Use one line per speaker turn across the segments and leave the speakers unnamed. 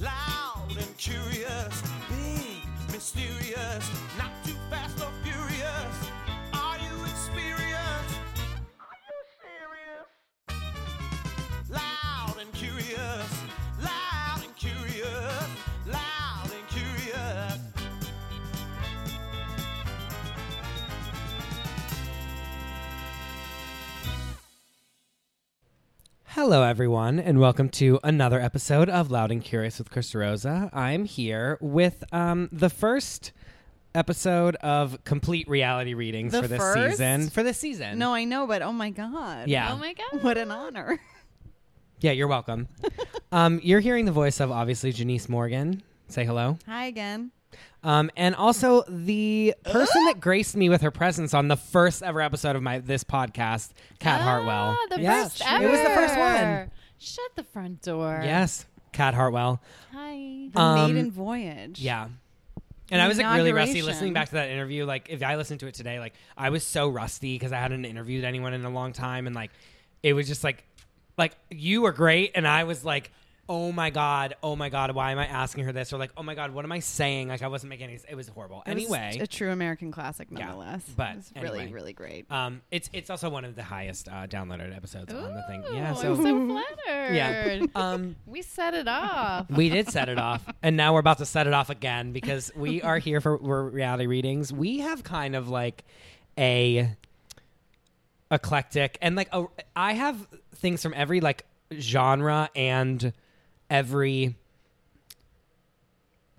loud and curious, big, mysterious, not too fast or furious. Are you experienced? Are you serious? Loud and curious, loud and curious, loud and curious.
Hello, everyone, and welcome to another episode of Loud and Curious with Chris Rosa. I'm here with um, the first episode of complete reality readings
The
for this
first?
season. For this season,
No, I know, but oh my god.
yeah,
Oh my god.
What an honor.
yeah, you're welcome. um, you're hearing the voice of obviously Janice Morgan. Say hello,
Hi again.
um, and also the person that graced me with her presence on the first ever episode of my this podcast, Kat Hartwell.
Ah, the
Yeah,
first
it was the first
ever.
one.
Shut the front door.
Yes, Kat Hartwell.
Hi.
The
Um,
maiden voyage.
Yeah. And I was like really rusty
Inauguration.
listening back to that interview. Like if I listened to it today, like I was so rusty because I hadn't interviewed anyone in a long time, and like it was just like, like you were great, and I was like, oh my god, oh my god, why am I asking her this? Or like, oh my god, what am I saying? Like I wasn't making any. It was horrible.
It was
anyway,
a true American classic, nonetheless.
but
it's
anyway.
really, really great.
um, it's it's also one of the highest uh, downloaded episodes on the thing.
Ooh,
Yeah.
I'm
So
so flattered.
yeah. Um.
We set it off.
we did set it off and now we're about to set it off again because we are here for we're reality readings we have kind of like a eclectic and like a, i have things from every like genre and every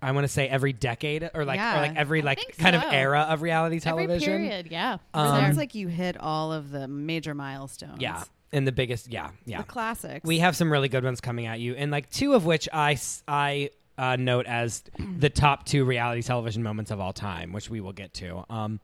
i want to say every decade or like
Yeah,
or like every like
think
kind of
so.
era of reality
Every
television
period, yeah.
Um,
Sounds like you hit all of the major milestones.
yeah and the biggest yeah yeah
The classics.
We have some really good ones coming at you, and like two of which I s- I, uh, note as the top two reality television moments of all time, which we will get to. Um,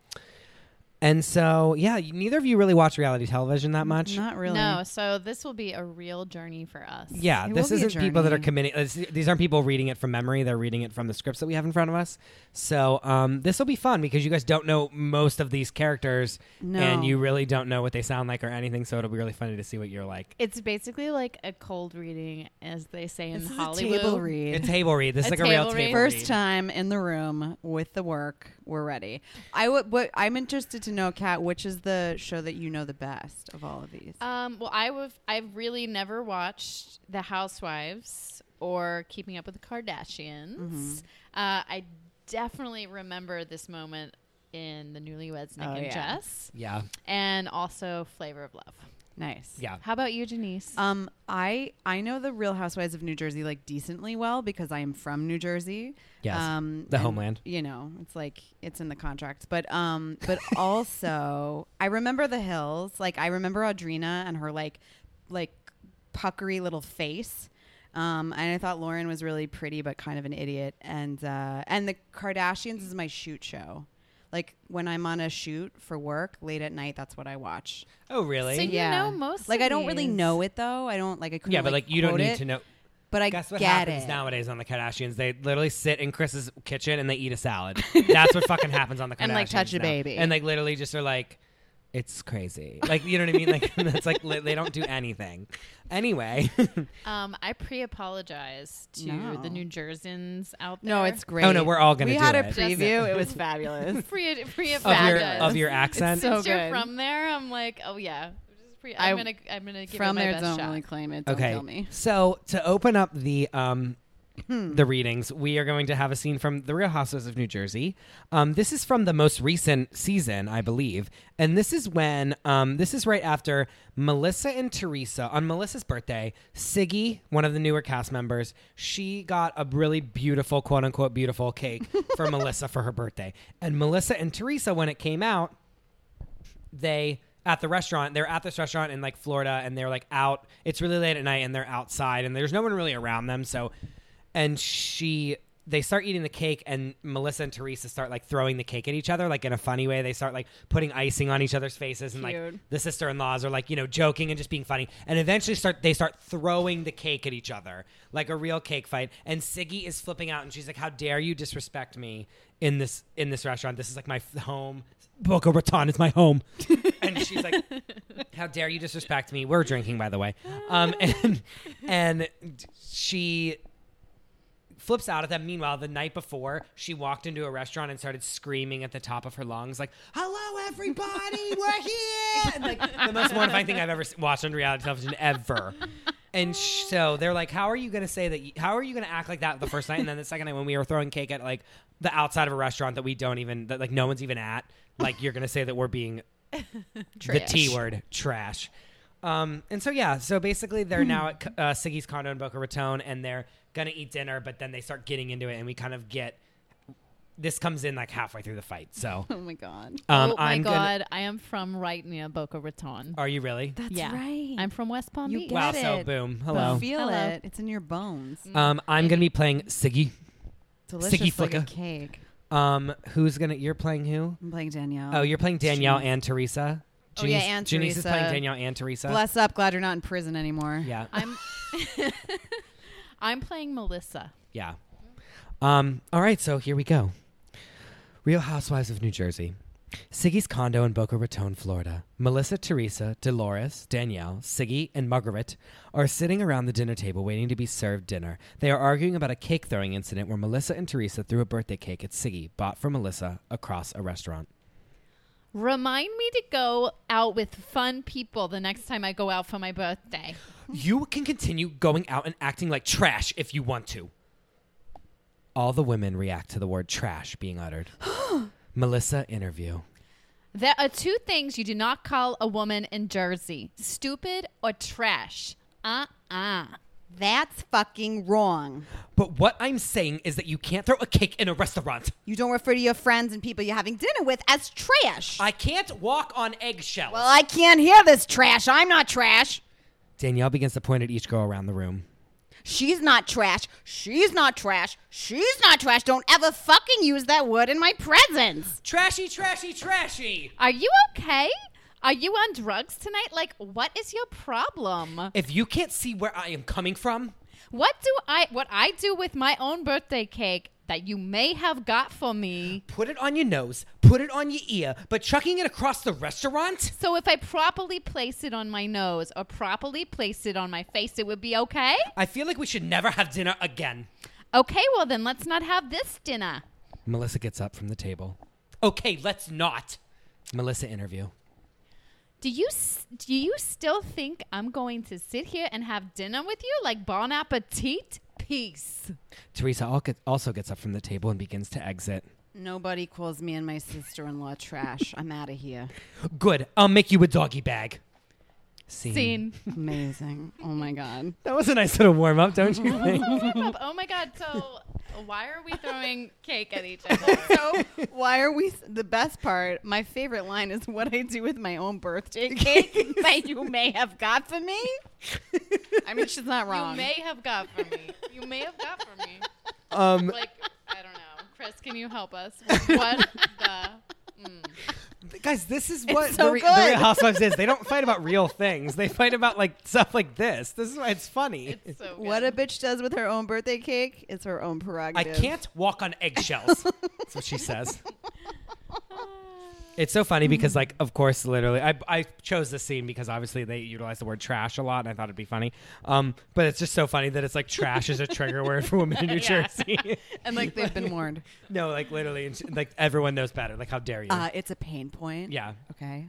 and so yeah, you- neither of you really watch reality television that much.
not really.
No, so this will be a real journey for us.
Yeah,
It
this
will be a
isn't people that are
journey.
committing. uh, this- These aren't people reading it from memory. They're reading it from the scripts that we have in front of us. So um, this will be fun because you guys don't know most of these characters,
No.
and you really don't know what they sound like or anything. So it'll be really funny to see what you're like.
It's basically like a cold reading, as they say in
This is a
Hollywood.
table read.
A table read. This is
A
like a real
table
table
read.
First
read.
time in the room with the work. We're ready. I would. What I'm interested to know, Kat, which is the show that you know the best of all of these?
Um, well, I've I've really never watched The Housewives or Keeping Up with the Kardashians.
Mm-hmm.
Uh, I definitely remember this moment in The Newlyweds Nick
Oh,
and
yeah.
Jess,
Yeah.
and also Flavor of Love.
nice.
Yeah.
How about you, Janice?
Um, I I know the Real Housewives of New Jersey like decently well because I am from New Jersey. Um,
Yes. The homeland.
You know, it's like it's in the contract. But um, but also I remember the hills. Like I remember Audrina and her like like puckery little face. Um, and I thought Lauren was really pretty, but kind of an idiot. And uh, and the Kardashians is my shoot show. Like when I'm on a shoot for work late at night, that's what I watch.
Oh, really?
So you know most
Like
of
I don't really
these.
know it though. I don't like I couldn't.
yeah, but like, you don't
quote
need
it,
to know.
But I
Guess what
get
happens
it.
nowadays on the Kardashians? They literally sit in Chris's kitchen and they eat a salad. That's what fucking happens on the Kardashians.
And, like, touch a
now.
baby.
And like literally just are like, it's crazy. Like you know what I mean? Like that's like li- they don't do anything. Anyway.
Um, I pre-apologize to
No.
the New Jerseyans out there.
No, it's great.
Oh, no, we're all gonna
We
do
had
it.
a preview. it was fabulous.
free free of,
of your
fabulous.
of your accent.
so-
Since you're
good.
from there, I'm like, oh yeah. Just pre- I'm
I-
gonna I'm gonna give
From
it my
there,
best
don't
shot.
really claim it. Don't
okay.
kill me.
So to open up the um the readings, we are going to have a scene from The Real Housewives of New Jersey. Um, this is from the most recent season, I believe, and this is when um, this is right after Melissa and Teresa on Melissa's birthday. Siggy, one of the newer cast members, she got a really beautiful, quote unquote, beautiful cake for Melissa for her birthday, and Melissa and Teresa, when it came out, they at the restaurant they're at this restaurant in like florida and they're like out it's really late at night and they're outside and there's no one really around them so and she they start eating the cake and melissa and teresa start like throwing the cake at each other like in a funny way they start like putting icing on each other's faces and like
Cute.
the sister-in-laws are like you know joking and just being funny and eventually start they start throwing the cake at each other like a real cake fight and siggy is flipping out and she's like how dare you disrespect me in this in this restaurant this is like my f- home boca raton is my home and she's like how dare you disrespect me we're drinking by the way um and and she flips out at them. Meanwhile, the night before, she walked into a restaurant and started screaming at the top of her lungs, like, "Hello, everybody, we're here!" And, like the most mortifying thing I've ever s- watched on reality television ever. And sh- so they're like, "How are you going to say that? You- how are you going to act like that the first night?" And then the second night, when we were throwing cake at like the outside of a restaurant that we don't even that like no one's even at, like you're going to say that we're being the T word, trash. Um, and so yeah, so basically they're
Hmm.
now at uh, Siggy's condo in Boca Raton, and they're gonna eat dinner, but then they start getting into it, and we kind of get this comes in like halfway through the fight. So
Oh my god.
um,
oh my
I'm gonna.
god, I am from right near Boca Raton.
Are you really?
That's
yeah,
right.
I'm from West Palm
You
Beach.
get
wow.
it.
So boom.
You
Hello.
feel
Hello. Mm.
it. It's in your bones.
Um, I'm gonna be playing Siggy.
Delicious
Sticky
like a
flicka.
cake.
Um, who's gonna? You're playing who?
I'm playing Danielle.
Oh, you're playing Danielle and Teresa.
Oh, yeah,
Janice-
and
Janice is
Teresa.
playing Danielle and Teresa.
Bless up. Glad you're not in prison anymore.
Yeah.
I'm I'm playing Melissa.
Yeah. Um, all right, so here we go. Real Housewives of New Jersey. Siggy's condo in Boca Raton, Florida. Melissa, Teresa, Dolores, Danielle, Siggy, and Margaret are sitting around the dinner table waiting to be served dinner. They are arguing about a cake throwing incident where Melissa and Teresa threw a birthday cake at Siggy, bought for Melissa, across a restaurant.
Remind me to go out with fun people the next time I go out for my birthday.
You can continue going out and acting like trash if you want to. All the women react to the word trash being uttered. Melissa interview.
There are two things you do not call a woman in Jersey stupid or trash. Uh uh
That's fucking wrong.
But what I'm saying is that you can't throw a cake in a restaurant.
You don't refer to your friends and people you're having dinner with as trash.
I can't walk on eggshells.
well, I can't hear this trash. I'm not trash.
Danielle begins to point at each girl around the room.
She's not trash. She's not trash. She's not trash. Don't ever fucking use that word in my presence.
Trashy, trashy, trashy.
Are you okay? Are you on drugs tonight? Like, what is your problem?
If you can't see where I am coming from,
What do I, what I do with my own birthday cake that you may have got for me?
put it on your nose, put it on your ear, but chucking it across the restaurant?
So if I properly place it on my nose or properly place it on my face, it would be okay?
I feel like we should never have dinner again.
Okay, well then let's not have this dinner.
Melissa gets up from the table. Okay, let's not. Melissa interview.
Do you s- do you still think I'm going to sit here and have dinner with you like bon appetit? Peace.
Teresa al- also gets up from the table and begins to exit.
Nobody calls me and my sister in law trash. I'm out of here.
Good, I'll make you a doggy bag. Scene.
Scene.
Amazing. Oh my God.
That was a nice little warm up, don't you think?
oh my god. So why are we throwing cake at each other? So
Why are we? The best part, my favorite line is what I do with my own birthday cake that you may have got for me. I mean, she's not wrong.
you may have got for me. You may have got for me.
um,
Like I don't know. Chris, can you help us? What the? Mm.
guys, this is what
so
the, re- the
good.
Real Housewives is. They don't fight about real things. They fight about like stuff like this. This is why it's funny.
It's so
what a
good.
bitch does with her own birthday cake is her own
I
prerogative.
can't walk on eggshells. That's what she says. It's so funny because, like, of course, literally, I, I chose this scene because obviously they utilize the word trash a lot, and I thought it'd be funny. Um, but it's just so funny that it's like trash is a trigger word for women in New
Yeah.
Jersey.
And like they've been warned.
no, like literally, and she- like everyone knows better. Like, how dare you?
Uh, it's a pain point.
yeah.
Okay.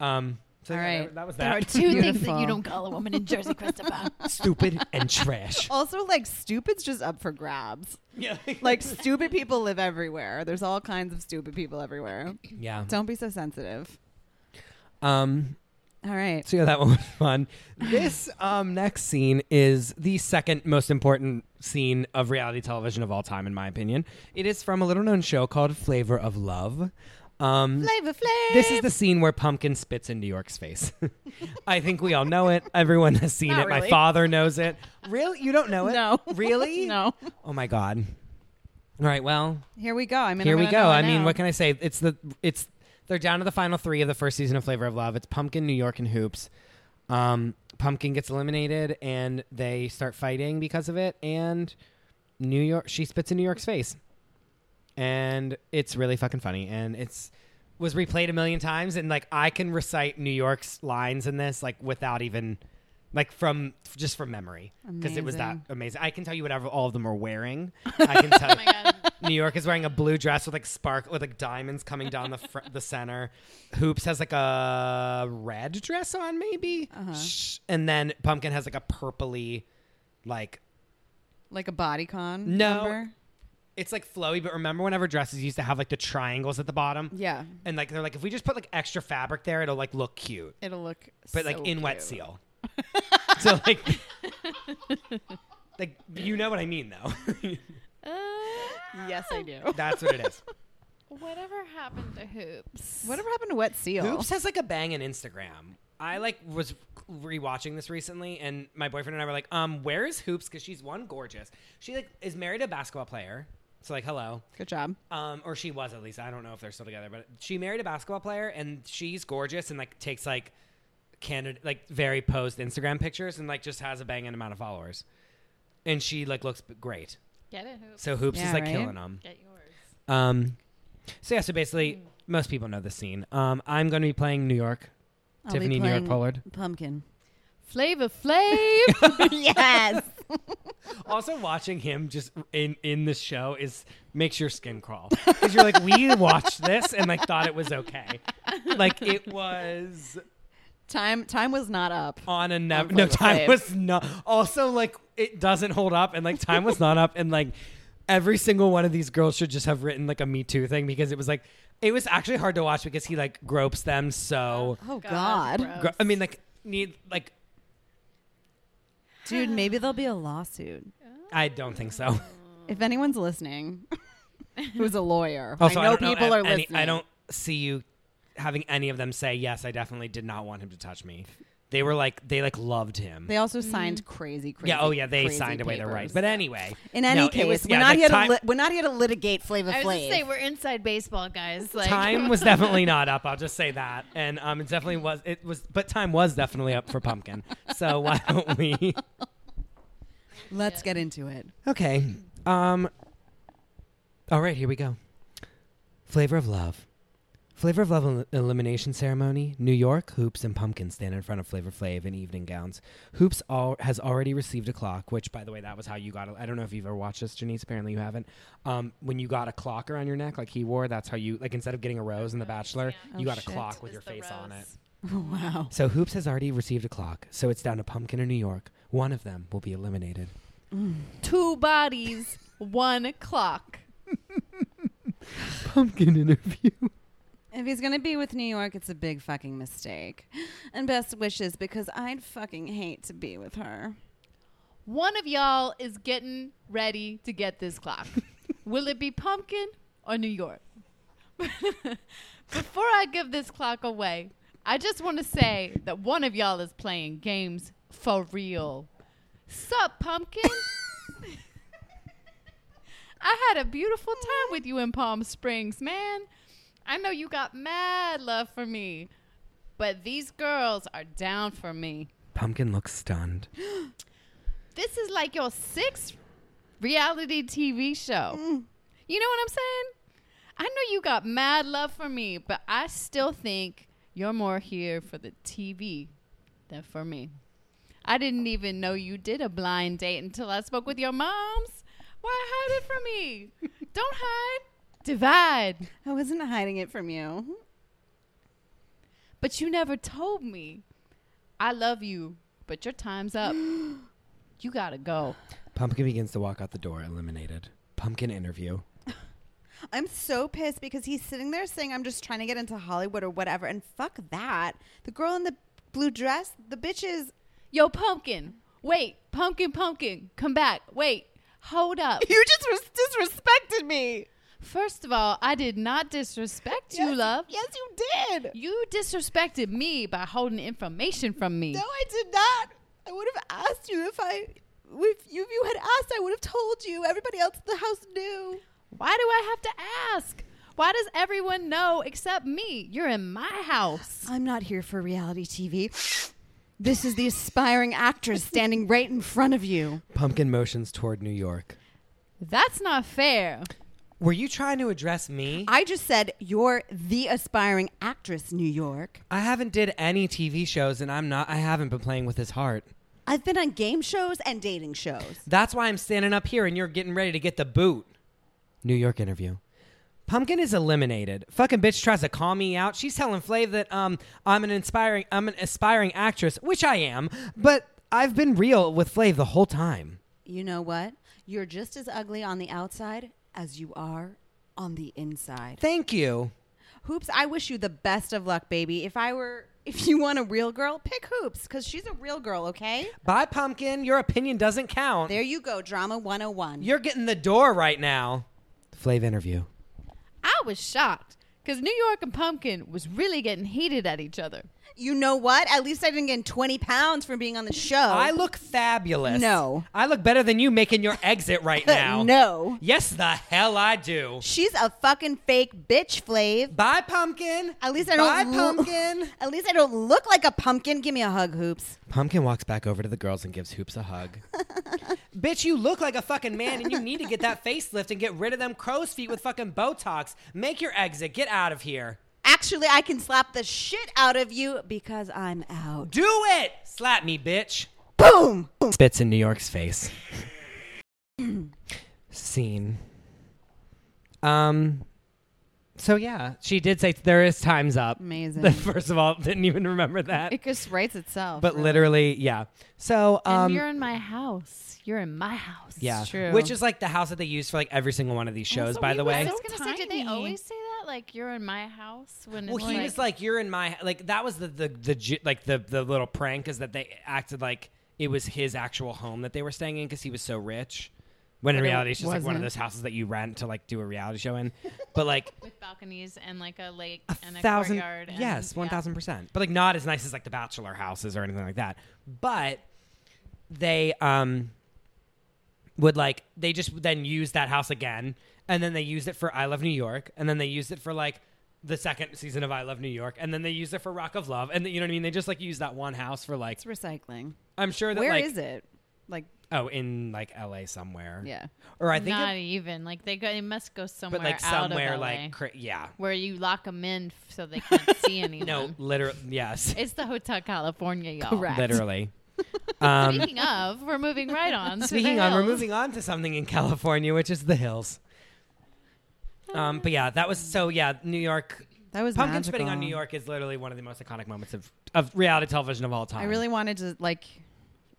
Um. So
All
yeah,
right.
that, that was
There are
that.
two things that you don't.
call a woman in Jersey, Christopher.
Stupid and trash.
Also, like stupid's just up for grabs.
Yeah.
Like stupid people live everywhere. There's all kinds of stupid people everywhere.
yeah.
Don't be so sensitive.
Um.
All right.
So yeah, that one was fun. This um, next scene is the second most important scene of reality television of all time, in my opinion. It is from a little-known show called Flavor of Love. Um,
Flavor Flav.
this is the scene where Pumpkin spits in New York's face. I think we all know it. Everyone has seen
Not
it. My
really.
father knows it. Really? You don't know it?
No.
Really?
No.
Oh my god. All right. Well,
Here we go. I mean,
Here
I'm
we
gonna
go.
know it
I mean,
now.
what can I say? It's the it's they're down to the final three of the first season of Flavor of Love. It's Pumpkin, New York, and Hoops. Um, Pumpkin gets eliminated, and they start fighting because of it. And New York, she spits in New York's face, and it's really fucking funny. And it's was replayed a million times, and like I can recite New York's lines in this like without even like from just from memory because it was that
Amazing.
amazing. I can tell you whatever all of them are wearing. I can tell.
Oh my god.
New York is wearing a blue dress with like spark with like diamonds coming down the fr- the center. Hoops has like a red dress on maybe,
Uh-huh.
Shh. and then Pumpkin has like a purpley, like
Like a bodycon?
No.
number?
it's like flowy. But remember whenever dresses used to have like the triangles at the bottom,
Yeah.
and like they're like if we just put like extra fabric there, it'll like look cute.
It'll look.
but
so
like in wet
cute.
seal. so like, like you know what I mean though.
Uh,
Yes, I do.
That's what it is.
whatever happened to hoops?
Whatever happened to wet seal?
Hoops has like a bang in Instagram. I like was rewatching this recently, and my boyfriend and I were like, "Um, where is Hoops? Because she's one gorgeous. She like is married to a basketball player. So like, hello,
Good job.
um, or she was at least. I don't know if they're still together, but she married a basketball player, and she's gorgeous and like takes like candid like very posed Instagram pictures, and like just has a banging amount of followers, and she like looks b- great.
Get it, hoops.
So hoops
Yeah,
is like
right?
killing them.
Get yours.
Um, so yeah, so basically, most people know this scene. Um, I'm going to be playing New York,
I'll be
Tiffany New York
playing
Pollard.
Pumpkin.
Flavor Flav.
yes.
Also, watching him just in in the show is makes your skin crawl because you're like, we watched this and like thought it was okay, like it was.
Time time was not up.
on a nev-
On
no
Flavor
time
Flav.
was not also like it doesn't hold up and like time was not up and like every single one of these girls should just have written like a me too thing because it was like it was actually hard to watch because he like gropes them so
Oh God,
gro- i mean like need like
dude. Maybe there'll be a lawsuit
i don't think so
if anyone's listening. who's a lawyer?
also Oh,
I
i,
know
don't
people
know
are
a- any-
listening.
i don't see you having any of them say yes i definitely did not want him to touch me they were like they like loved him
They also signed crazy, crazy.
yeah oh yeah they
crazy
signed away their
papers.
rights but anyway
in any
no, it
case,
was-
we're
yeah,
not
the
here
time-
to li- we're not here to litigate Flavor
I was gonna
Flav.
say we're inside baseball, guys. Like
time was definitely not up. I'll just say that, and um, it definitely was. It was, but time was definitely up for pumpkin. So why don't we?
Let's get into it.
Okay. Um. All right, here we go. Flavor of Love. Flavor of Love el- elimination ceremony. New York Hoops and Pumpkin stand in front of Flavor Flav in evening gowns. Hoops all has already received a clock, which, by the way, that was how you got. A, I don't know if you've ever watched this, Janice. Apparently, you haven't. Um, when you got a clock around your neck, like he wore, that's how you like instead of getting a rose in The Bachelor,
yeah.
you
Oh,
got a
shit.
clock with
Just
your
the
face on it.
rose.
Wow.
So Hoops has already received a clock, so it's down to Pumpkin in New York. One of them will be eliminated.
Two bodies, one clock.
Pumpkin interview.
If he's gonna be with New York, it's a big fucking mistake. And best wishes because I'd fucking hate to be with her.
One of y'all is getting ready to get this clock. Will it be pumpkin or New York? Before I give this clock away, I just want to say that one of y'all is playing games for real. Sup, pumpkin? I had a beautiful time with you in Palm Springs, man. I know you got mad love for me, but these girls are down for me.
Pumpkin looks stunned.
This is like your sixth reality TV show. You know what I'm saying? I know you got mad love for me, but I still think you're more here for the TV than for me. I didn't even know you did a blind date until I spoke with your moms. Why hide it from me? Don't hide, divide.
I wasn't hiding it from you.
But you never told me. I love you, but your time's up. you gotta go.
Pumpkin begins to walk out the door, eliminated. Pumpkin interview.
I'm so pissed because he's sitting there saying I'm just trying to get into Hollywood or whatever, and fuck that. The girl in the blue dress, the bitch is.
Yo, pumpkin. Wait, pumpkin, pumpkin. Come back. Wait, hold up.
You just res- disrespected me.
First of all, I did not disrespect you,
Yes-
love.
Yes, you did.
You disrespected me by holding information from me.
No, I did not. I would have asked you if I, if you, if you had asked, I would have told you. Everybody else in the house knew.
Why do I have to ask? Why does everyone know except me? You're in my house.
I'm not here for reality TV. This is the aspiring actress standing right in front of you.
Pumpkin motions toward New York.
That's not fair.
Were you trying to address me?
I just said you're the aspiring actress, New York.
I haven't did any TV shows and I'm not I haven't been playing with his heart.
I've been on game shows and dating shows.
That's why I'm standing up here and you're getting ready to get the boot. New York interview. Pumpkin is eliminated. Fucking bitch tries to call me out. She's telling Flav that um I'm an inspiring I'm an aspiring actress, which I am, but I've been real with Flav the whole time.
You know what? You're just as ugly on the outside as you are on the inside.
Thank you.
Hoops, I wish you the best of luck, baby. If I were, if you want a real girl, pick Hoops because she's a real girl, okay?
Bye, Pumpkin. Your opinion doesn't count.
There you go, Drama 101.
You're getting the door right now. Flav interview.
I was shocked because New York and Pumpkin was really getting heated at each other.
You know what? At least I didn't gain 20 pounds from being on the show.
I look fabulous.
Oh. No.
I look better than you making your exit right now.
No.
Yes, the hell I do.
She's a fucking fake bitch, Flav.
Bye, Pumpkin.
At least I don't
Bye,
lo-
Pumpkin.
At least I don't look like a pumpkin. Give me a hug, Hoops.
Pumpkin walks back over to the girls and gives Hoops a hug. Bitch, you look like a fucking man and you need to get that facelift and get rid of them crow's feet with fucking Botox. Make your exit. Get out of here.
Actually, I can slap the shit out of you because I'm out.
Do it! Slap me, bitch.
Boom!
Spits in New York's face. Scene. Um. So yeah, she did say there is times up.
Amazing.
First of all, didn't even remember that.
It just writes itself.
But literally, yeah. So
and
um,
you're in my house. You're in my house.
yeah,
true.
which is like the house that they use for like every single one of these shows.
So
by
we
the
were-
way,
I was gonna say, did they
tiny.
always say that? Like you're in my house when
Well,
it's
he
like,
was like, "You're in my like." That was the the the ju- like the the little prank is that they acted like it was his actual home that they were staying in because he was so rich. When in
But it
reality, it's just like one of
wasn't.
those houses that you rent to like do a reality show in. But like
with balconies and like a lake
a
and a
thousand,
courtyard. And,
yes, one
yeah.
thousand percent. But like not as nice as like the bachelor houses or anything like that. But they um would like they just then use that house again, and then they used it for I Love New York, and then they used it for like the second season of I Love New York, and then they used it for Rock of Love, and then- you know what I mean. They just like used that one house for like
It's recycling.
I'm sure that
Where is
like
it? Like,
oh in like L.A. somewhere
yeah.
or I think
Not
it,
even like they go. They must go somewhere.
but like
out
somewhere
of LA,
like cra- yeah
where you lock them in f- so they can't see anyone.
no literally yes
it's the Hotel California, y'all.
Correct.
literally. Um,
Speaking of, we're moving right on. to the
Speaking on, we're
hills.
moving on to something in California, which is the hills. Um, but yeah, that was so. Yeah, New York.
That was
Pumpkin
magical.
spitting on New York is literally one of the most iconic moments of, of reality television of all time.
I really wanted to like.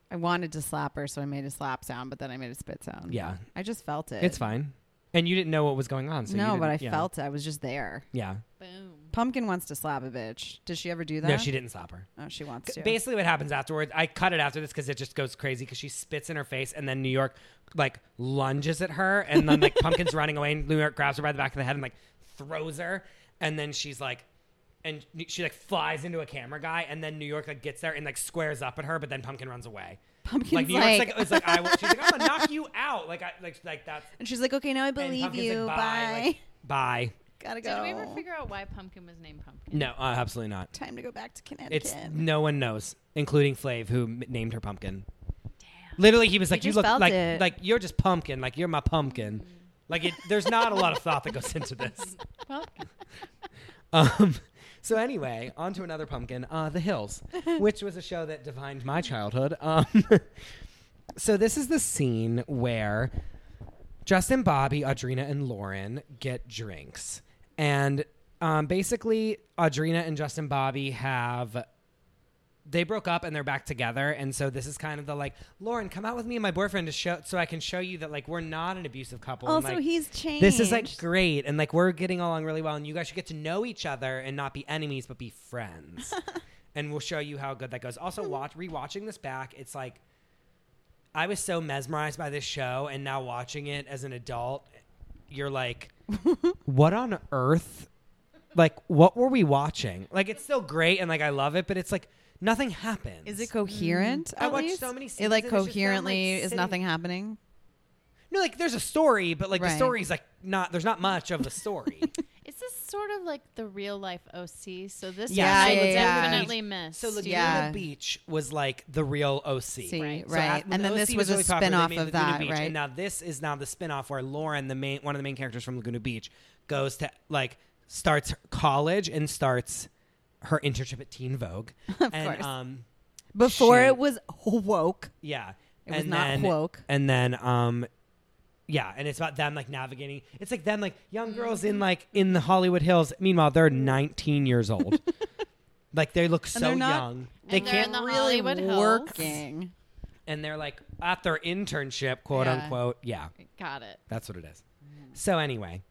I wanted to slap her, so I made a slap sound, but then I made a spit sound.
Yeah,
I just felt it.
it's fine. And you didn't know what was going on, so you
no,
didn't-
but I
yeah.
felt it. I was just there.
Yeah,
Boom.
Pumpkin wants to slap a bitch. Does she ever do that?
no, she didn't slap her.
Oh, she wants to.
Basically, what happens afterwards? I cut it after this because it just goes crazy because she spits in her face, and then New York like lunges at her, and then like Pumpkin's running away, and New York grabs her by the back of the head and like throws her, and then she's like, and she like flies into a camera guy, and then New York like gets there and like squares up at her, but then Pumpkin runs away.
Pumpkin's
Like New
like-
York's like, it's like I will, she's like I'm gonna knock you out, like I like like that's
and she's like, "Okay, now I
and
believe
Pumpkin's
you.
like,
Bye.
like, bye.
Gotta go.
Did we ever figure out why pumpkin was named pumpkin?
No, uh, absolutely not.
Time to go back to Connecticut.
It's no one knows, including Flav, who m- named her pumpkin. Literally, he was like, "You
just
look
felt
like
it. Mm.
like you're just pumpkin. Like you're my pumpkin." Like it, there's not a lot of thought that goes into this.
Well,
Um, so anyway, on to another pumpkin, uh, The Hills, which was a show that defined my childhood. Um, so this is the scene where Justin, Bobby, Audrina, and Lauren get drinks, and um, basically Audrina and Justin Bobby have they broke up and they're back together and so this is kind of the like lauren come out with me and my boyfriend to show so i can show you that like we're not an abusive couple and,
also,
like,
he's changed.
this is like great and like we're getting along really well and you guys should get to know each other and not be enemies but be friends and we'll show you how good that goes also watch rewatching this back it's like i was so mesmerized by this show and now watching it as an adult you're like what on earth like what were we watching like it's still great and like i love it but it's like nothing happens
Is it coherent?
Mm-hmm. I
at
watched
least?
so many
It
seasons, it's
like
just that I'm, like,
coherently is
sitting-
nothing happening.
no like there's a story but like the
Right.
story's like not there's not much of the story
Is this sort of like the real life OC? So this
Yeah,
yeah, I
yeah, yeah.
definitely missed.
So Laguna
Yeah.
Beach was like the real OC,
See,
right.
So
right.
at- when
and then
OC
this was,
really
a
popular, they
spin off
made
of
Laguna
that,
Beach.
right?
And now this is now the spin-off where Lauren, the main one of the main characters from Laguna Beach, goes to like starts college and starts her internship at Teen Vogue. and
course.
um
Before
She-
it was woke.
Yeah.
It was not woke.
And then um yeah, and it's about them like navigating. It's like them like
Mm-hmm.
young girls in like in the Hollywood Hills. Meanwhile, they're 19 years old. like they look so
they're not-
young. They
And they're in
can't
the
really
Hollywood Hills.
working.
and they're like at their internship, quote
Yeah.
unquote. Yeah.
Got it.
That's what it is. So anyway,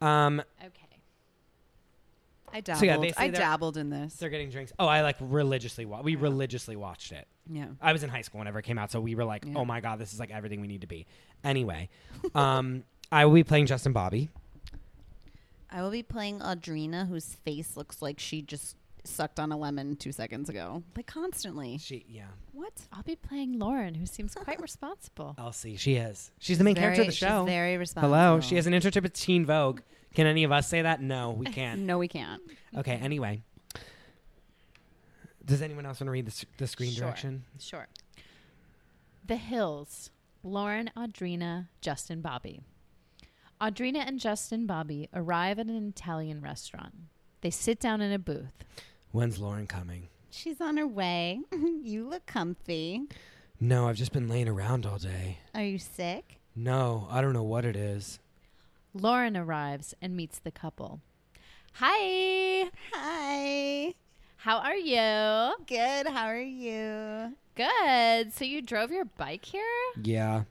um
Okay.
I dabbled.
So, yeah, they say
I
they're-
dabbled in this.
they're getting drinks. Oh, I like religiously wa- we religiously watched it.
Yeah.
I was in high school whenever it came out, so we were like,
Yeah.
"Oh my god, this is like everything we need to be." Anyway, um, I will be playing Justin Bobby.
I will be playing Audrina, whose face looks like she just sucked on a lemon two seconds ago. Like constantly.
She, yeah,
What?
I'll be playing Lauren, who seems quite responsible.
Elsie, she is. She's the main character of the show.
very responsible.
Hello, she has an internship at Teen Vogue. Can any of us say that? No, we can't.
No, we can't.
Okay, anyway. Does anyone else want to read the, s- the screen
Sure.
direction?
Sure. The Hills. Lauren, Audrina, Justin, Bobby. Audrina and Justin Bobby arrive at an Italian restaurant. They sit down in a booth.
When's Lauren coming?
She's on her way. you look comfy.
No, I've just been laying around all day.
Are you sick?
No, I don't know what it is.
Lauren arrives and meets the couple. Hi,
Hi.
how are you?
Good. How are you?
Good. So you drove your bike here?
Yeah.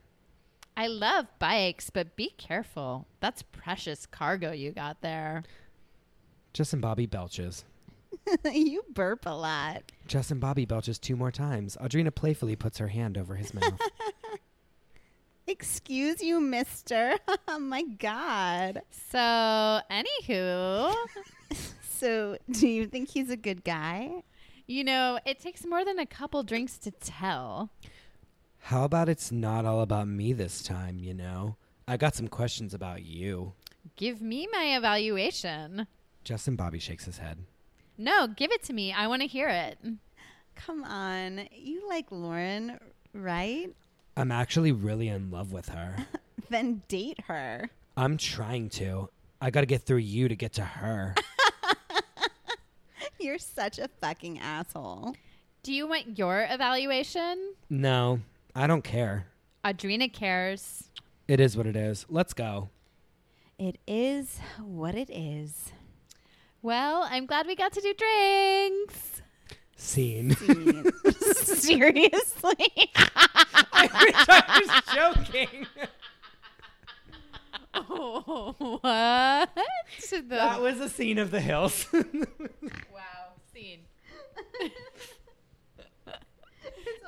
I love bikes, but be careful. That's precious cargo you got there.
Justin Bobby belches.
you burp a lot.
Justin Bobby belches two more times. Audrina playfully puts her hand over his mouth.
Excuse you, mister. oh my God.
So, anywho,
So, do you think he's a good guy?
you know, it takes more than a couple drinks to tell.
How about it's not all about me this time, you know? I got some questions about you.
Give me my evaluation.
Justin Bobby shakes his head.
No, give it to me. I want to hear it.
Come on. You like Lauren, right?
I'm actually really in love with her.
Then date her.
I'm trying to. I gotta get through you to get to her.
You're such a fucking asshole.
Do you want your evaluation?
no, I don't care.
Audrina cares.
It is what it is. Let's go.
It is what it is.
Well, I'm glad we got to do drinks.
Scene.
Seriously?
I was joking.
Oh, what? The-
That was a scene of the hills.
wow, scene.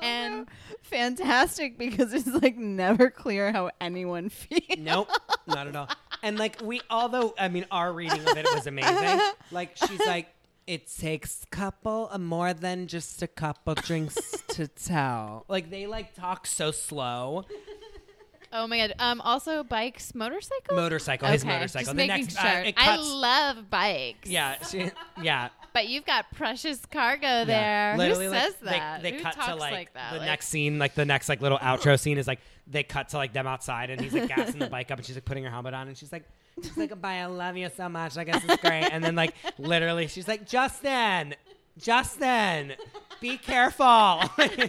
and
And-
fantastic because it's like never clear how anyone feels.
Nope, not at all. And like we, although I mean, our reading of it was amazing. Like she's like, it takes couple uh, more than just a couple drinks to tell. Like they like talk so slow.
Oh my god. Um. Also, bikes, motorcycle,
Motorcycle, his motorcycle.
Just
the
making
next, uh,
sure.
it
I
cuts.
love bikes.
yeah, she, yeah.
But you've got precious cargo
yeah.
there.
Literally,
Who
like,
says
they-
that?
They,
Who
cut
talks
to like,
that?
the
Like, Oh.
next scene, like the next like little outro scene is like they cut to like them outside, and he's like gassing the bike up, and she's like putting her helmet on, and she's like. She's like, bye, I love you so much. I guess it's great. And then, like, literally, she's like, Justin, Justin, be careful.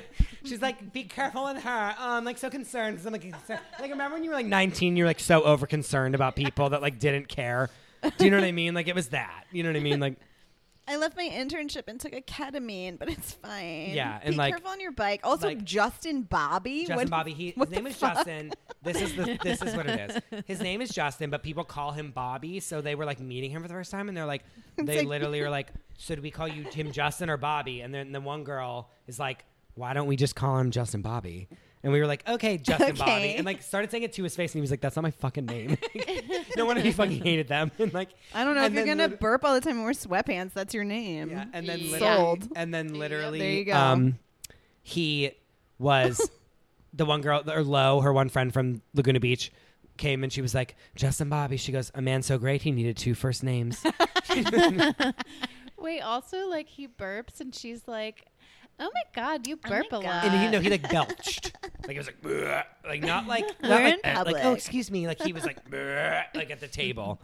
she's like, be careful with her. Oh, I'm like so concerned. 'cause I'm like, concerned. like, remember when you were like 19, you were like so over concerned about people that like didn't care. Do you know what I mean? Like, it was that. You know what I mean? Like,
I left my internship and took a ketamine, but it's fine.
Yeah,
Be
and, like-
careful on your bike. Also,
like-
Justin Bobby.
Justin
What-
Bobby. He, his
what
name
the
is
fuck?
Justin. This is the, this is what it is. His name is Justin, but people call him Bobby. So they were like meeting him for the first time, and they're like, they
like-
literally are like, so do we call you him Justin or Bobby? And then the one girl is like, why don't we just call him Justin Bobby? And we were like, okay, Justin Bobby,
Okay.
and like started saying it to his face, and he was like, that's not my fucking name. no wonder he fucking hated them. And like,
I don't know
and
if you're
then
gonna
lit-
burp all the time and wear sweatpants. That's your name.
yeah, and then
Yeah.
literally,
Sold.
and then literally,
Mm-hmm. there you go.
um, he was the one girl, or Lo, her one friend from Laguna Beach, came and she was like, Justin Bobby. She goes, a man so great he needed two first names.
Wait. Also, like he burps, and she's like, "Oh my god, you burp a lot."
and he, no, he like belched, like it was like, "Bleh," like not like not
We're
like,
in
eh, like,
public.
oh excuse me, like he was like, "Bleh," like at the table.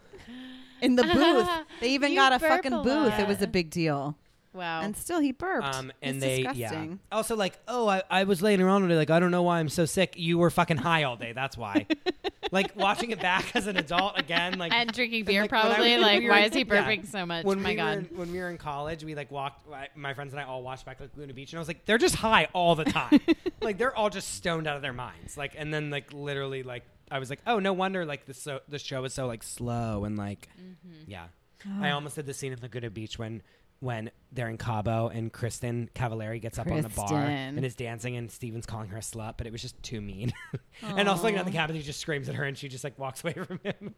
In the booth. They even
You
got a
burp
fucking
a
booth. It
lot.
was a big deal.
Wow.
and still he burped.
Oh. Um, and
it's
they,
disgusting.
yeah. Also, like, oh, I, I was laying around today. Like, I don't know why I'm so sick. You were fucking high all day. That's why. like watching it back as an adult again, like
and drinking beer
like, when I-
probably.
when
like,
we were-
why is he
yeah.
burping so much?
When
My
we
God.
were in, when we were in college, we like walked. I- My friends and I all watched back like Luna Beach, and I was like, they're just high all the time. like they're all just stoned out of their minds. Like, and then like literally like I was like, oh no wonder like the so the show is so like slow and like
Mm-hmm.
yeah.
Oh.
I almost did the scene in Laguna Beach when when they're in Cabo and Kristen Cavallari gets up on the bar
Kristen.
and is dancing and Steven's calling her a slut, but it was just too mean. and also like at the cabin, he just screams at her and she just like walks away from him.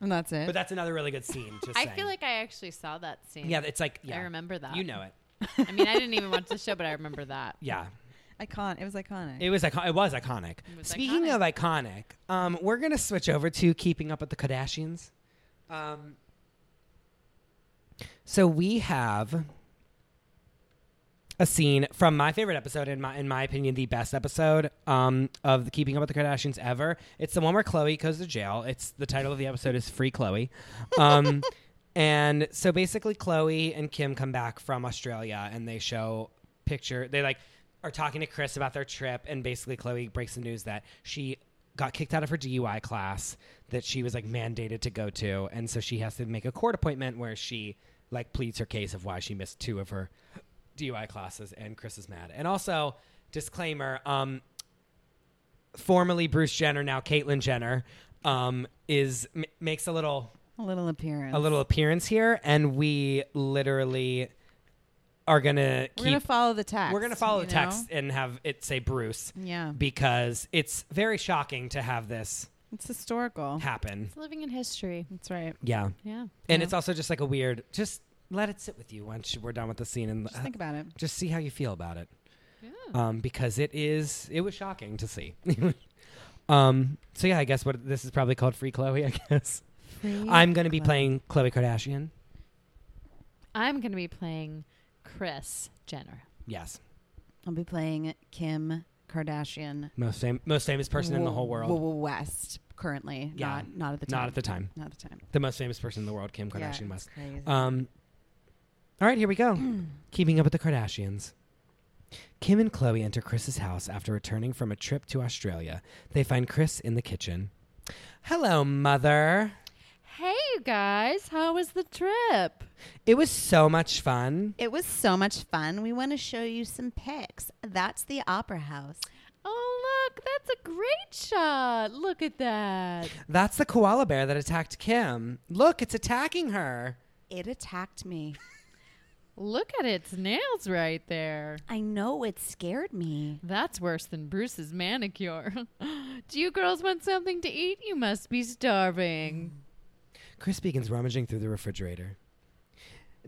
and that's it.
But that's another really good scene. Just
I
saying.
feel like I actually saw that scene.
Yeah, it's like yeah.
I remember that.
You know it.
I mean, I didn't even watch the show, but I remember that.
Yeah,
Icon. It was iconic.
it was icon- it was iconic.
was
Speaking
iconic.
of iconic, um, we're gonna switch over to Keeping Up with the Kardashians. Um, so we have a scene from my favorite episode, in my in my opinion, the best episode um, of the Keeping Up with the Kardashians ever. It's the one where Chloe goes to jail. It's the title of the episode is Free Chloe. Um, and so basically, Chloe and Kim come back from Australia, and they show picture. They like are talking to Chris about their trip, and basically, Chloe breaks the news that she got kicked out of her DUI class that she was like mandated to go to, and so she has to make a court appointment where she like pleads her case of why she missed two of her DUI classes, and Chris is mad. And also, disclaimer: um, formerly Bruce Jenner, now Caitlyn Jenner, um, is m- makes a little
a little appearance.
a little appearance here, and we literally are gonna keep.
We're gonna follow the text.
we're gonna follow
you
the text
know? Mm.
and have it say Bruce
Yeah,
because it's very shocking to have this
it's historical.
happen.
It's living in history.
That's right.
Yeah,
Yeah.
and
Yeah.
it's also just like a weird. Just let it sit with you once we're done with the scene, and uh,
Just think about it.
just see how you feel about it
Yeah.
um, because it is it was shocking to see. um, so yeah, I guess what this is probably called Free Chloe. I guess I'm going to be playing Chloe Kardashian.
I'm going to be playing Chris Jenner.
Yes,
I'll be playing Kim Kardashian.
most fam- most famous person in the whole world.
W- w- West currently.
Yeah.
Not not at the time.
Not at the time.
Not at the time.
The most famous person in the world, Kim Kardashian
yeah,
West.
it's Crazy.
Um, all right, here we go. Keeping up with the Kardashians. Kim and Chloe enter Chris's house after returning from a trip to Australia. They find Chris in the kitchen. Hello, mother.
Hey, you guys. How was the trip?
It was so much fun.
it was so much fun. We want to show you some pics. That's the Opera House.
Oh, look. That's a great shot. Look at that.
That's the koala bear that attacked Kim. Look, it's attacking her.
It attacked me.
Look at its nails right there.
I know it scared me.
That's worse than Bruce's manicure. Do you girls want something to eat? You must be starving.
Chris begins rummaging through the refrigerator.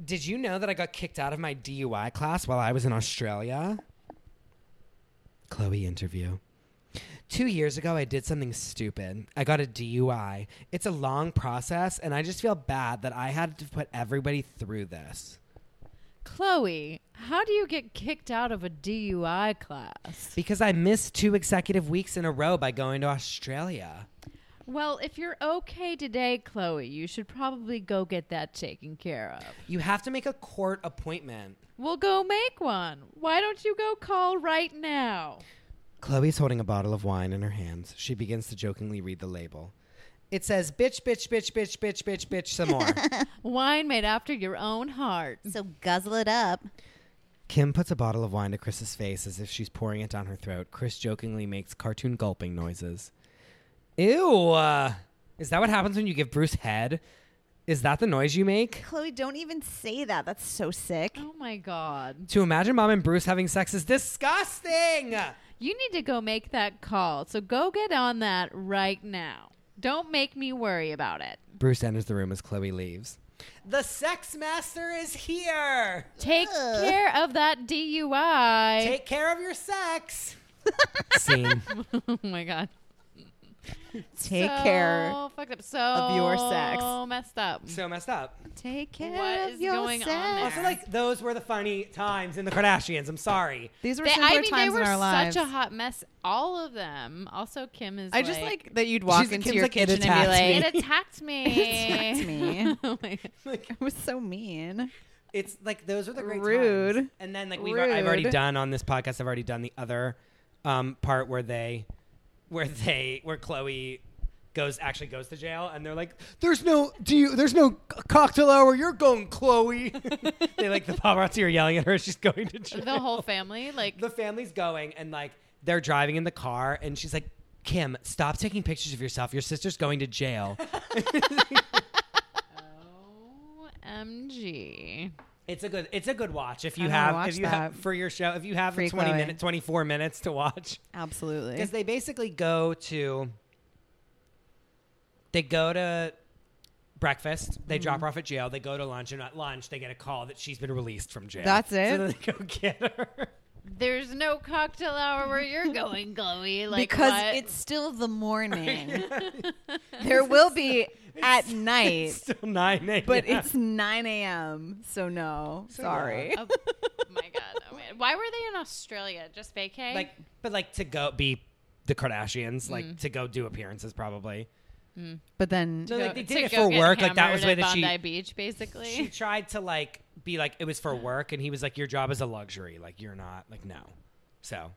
Did you know that I got kicked out of my DUI class while I was in Australia? Chloe interview. Two years ago, I did something stupid. I got a DUI. It's a long process, and I just feel bad that I had to put everybody through this.
Chloe, how do you get kicked out of a DUI class?
Because I missed two executive weeks in a row by going to Australia.
Well, if you're okay today, Chloe, you should probably go get that taken care of.
You have to make a court appointment.
We'll go make one. Why don't you go call right now?
Chloe's holding a bottle of wine in her hands. She begins to jokingly read the label. It says bitch, bitch, bitch, bitch, bitch, bitch, bitch, some more.
Wine made after your own heart.
So guzzle it up.
Kim puts a bottle of wine to Chris's face as if she's pouring it down her throat. Chris jokingly makes cartoon gulping noises. Ew. Uh, is that what happens when you give Bruce head? Is that the noise you make?
Chloe, don't even say that. That's so sick.
Oh my god.
To imagine mom and Bruce having sex is disgusting.
You need to go make that call. So go get on that right now. Don't make me worry about it.
Bruce enters the room as Chloe leaves. The sex master is here.
Take care of that DUI.
Take care of your sex. Scene.
oh my god.
Take
So
care.
Fucked up. So
of your sex.
Messed up.
So messed up.
Take care
What
of
is
your
going on
sex.
there?
Also, like those were the funny times in the Kardashians. I'm sorry.
These were
They,
simpler
I mean, they
times
were
in our lives.
such a hot mess. All of them. Also, Kim is.
I just like that you'd walk
She's-
into
Kim's
your
like, "It
kitchen and be
attacked
like,
me."
it attacked me.
It attacked me.
oh my God.
it was so mean.
It's like those are the great
Rude.
times. And then like we've al- I've already
Rude.
done on this podcast. I've already done the other um, part where they, where they, where Chloe goes actually goes to jail, and they're like, "There's no do you? There's no c- cocktail hour. You're going, Chloe." they like the paparazzi are yelling at her. as She's going to jail.
the whole family, like
the family's going and like they're driving in the car and she's like kim stop taking pictures of yourself your sister's going to jail
OMG.
it's a good it's a good watch if you
I wanna
have
watch
if you have
that.
for your show if you have
Free
20
Chloe.
minutes 24 minutes to watch
Absolutely.
because they basically go to they go to breakfast they
Mm-hmm.
drop her off at jail they go to lunch and at lunch they get a call that she's been released from jail
That's
so
it?
then they go get her
There's no cocktail hour where you're going, Chloe. Like
because
what?
it's still the morning. there will be at night,
still 9 a.m.
but it's 9 a.m. So no, sorry.
Oh my god! Oh, man. Why were they in Australia? Just vacay?
like but like to go be the Kardashians, like
Mm.
to go do appearances probably.
But then
So like they
To
did it
go
for
get
work, like that
hammered
was the way
at
that
Bondi
she
Beach, basically.
she tried to like be like it was for work, and he was like your job is a luxury, like you're not like no, so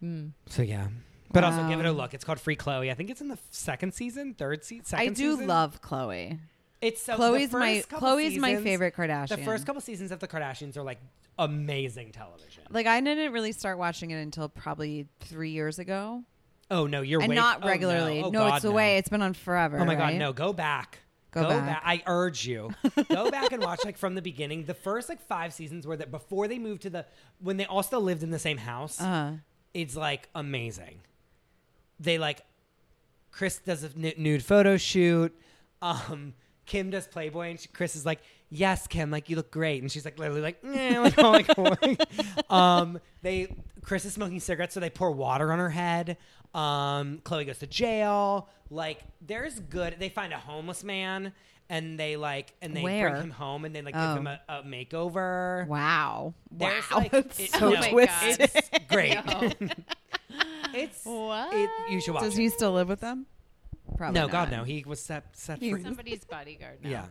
Hmm.
so yeah. But also give it a
Wow.
look. It's called Free Chloe. I think it's in the f- second season, third season.
I do love Chloe.
It's so the
Chloe's my
first couple
Chloe's my
seasons-
favorite Kardashian.
The first couple seasons of the Kardashians are like amazing television.
like I didn't really start watching it until probably three years ago,
Oh no, you're
and
way,
not
oh,
regularly.
No,
no,
Oh, God,
it's the
no.
way it's been on forever.
Oh my
right?
god, no, go back.
Go back.
I urge you. Go back and watch like from the beginning. The first like five seasons were that before they moved to the when they all still lived in the same house.
Uh,
It's like amazing. They like Chris does a nu- nude photo shoot. Um, Kim does Playboy, and she, Chris is like, "Yes, Kim, like you look great," and she's like, literally like, "Nah," like, all, like, like, um, they Chris is smoking cigarettes, so they pour water on her head. Um, Chloe goes to jail. Like, there's good. They find a homeless man, and they like, and they
Where?
bring him home, and they like
Oh.
give him a, a makeover.
wow, wow,
There's, like,
That's
it-
so
Oh my God.
twisted.
It's great. it's
What?
It, you should watch.
Does
it.
he still live with them? Probably
no,
not.
God, no. He was set set
He's
free.
Somebody's bodyguard. Now.
Yeah.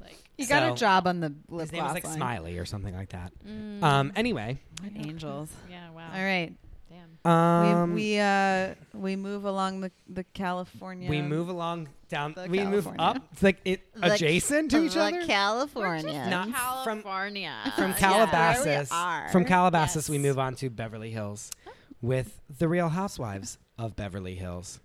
Like
He got
So-
a job on the lip
His name was
gloss
like
line.
Smiley or something like that.
Mm.
Um. Anyway.
What angels.
yeah. Wow.
All right.
Damn.
Um.
we
We,
we uh we move along the the California.
move along down.
The
We move
California.
up. It's like it adjacent to each other.
California.
Not from-
California.
from
Yeah.
Calabasas.
are.
From Calabasas, we
Yes.
move on to Beverly Hills with the Real Housewives of Beverly Hills.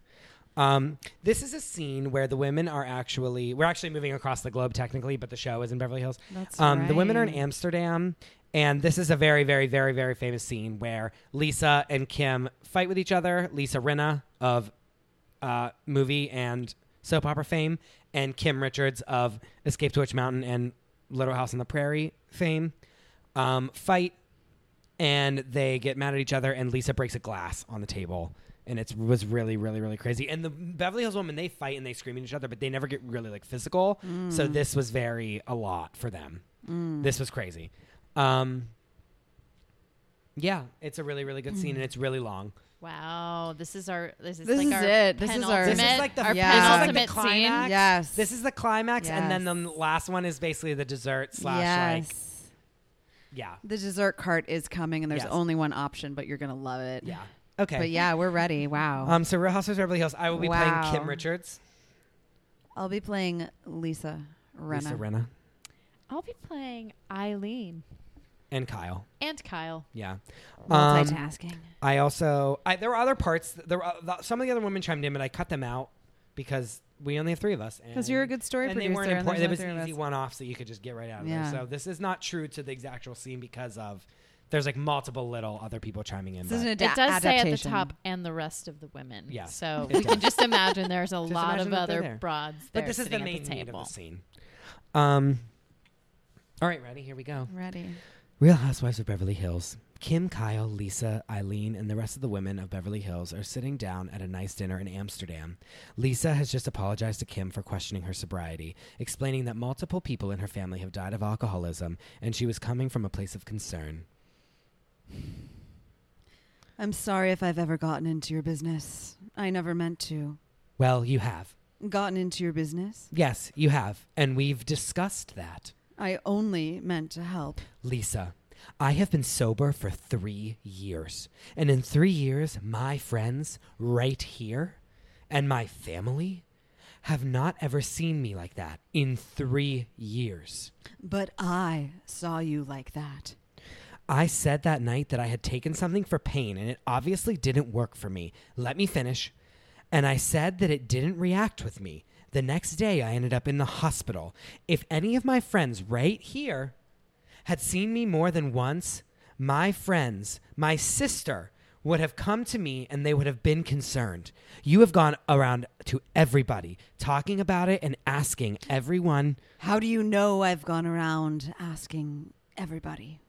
Um, this is a scene where the women are actually we're actually moving across the globe technically, but the show is in Beverly Hills.
That's
um, The women are in
right.
Amsterdam, and this is a very, very, very, very famous scene where Lisa and Kim fight with each other. Lisa Rinna of uh, movie and soap opera fame, and Kim Richards of Escape to Witch Mountain and Little House on the Prairie fame um, fight, and they get mad at each other, and Lisa breaks a glass on the table. And it was really, really, really crazy. And the Beverly Hills women, they fight and they scream at each other, but they never get really like physical. So
Mm.
this was very a lot for them. This was crazy. Um, yeah, it's a really, really good
Mm.
scene, and it's really long.
Wow. This is our. This is
This
like
is
our
it. This is our-
This is
penultimate-
like the,
our
Yeah.
this is like
penultimate
the climax.
scene.
Yes.
This is the climax, and then the
Yes.
last one is basically the dessert slash like
yes.
yeah,
the dessert cart is coming, and there's
Yes.
only one option, but you're gonna love it.
yeah. Okay.
But yeah, we're ready. Wow.
Um. So Real Housewives of Beverly Hills. I will be
Wow.
playing Kim Richards.
I'll be playing Lisa Renna.
Lisa Renna.
I'll be playing Eileen
And Kyle.
and Kyle.
Yeah. Um,
Multitasking.
I also I, there were other parts. There were, uh, some of the other women chimed in, but I cut them out because we only have three of us. Because
you're a good story
and They
producer,
weren't
and
important.
there's
It was
only three of
easy
us.
one-offs that you could just get right out of
Yeah.
there. So this is not true to the ex- actual scene because of there's like multiple little other people chiming in.
This is
but
an
It
ada-
does say at the
adaptation.
top and the rest of the women.
Yeah,
So
it
we can just imagine there's a lot
imagine
of
that they're
other
there.
broads there
but this is the
sitting
main
at the
need
table.
of the scene. Um. All right, ready? Here we go.
Ready.
Real Housewives of Beverly Hills. Kim, Kyle, Lisa, Eileen, and the rest of the women of Beverly Hills are sitting down at a nice dinner in Amsterdam. Lisa has just apologized to Kim for questioning her sobriety, explaining that multiple people in her family have died of alcoholism, and she was coming from a place of concern.
I'm sorry if I've ever gotten into your business. I never meant to.
Well, you have.
Gotten into your business?
Yes, you have. And we've discussed that.
I only meant to help.
Lisa, I have been sober for three years. And in three years, my friends right here and my family have not ever seen me like that in three years.
But I saw you like that.
I said that night that I had taken something for pain and it obviously didn't work for me. Let me finish. And I said that it didn't react with me. The next day, I ended up in the hospital. If any of my friends right here had seen me more than once, my friends, my sister, would have come to me and they would have been concerned. You have gone around to everybody talking about it and asking everyone
How do you know I've gone around asking everybody?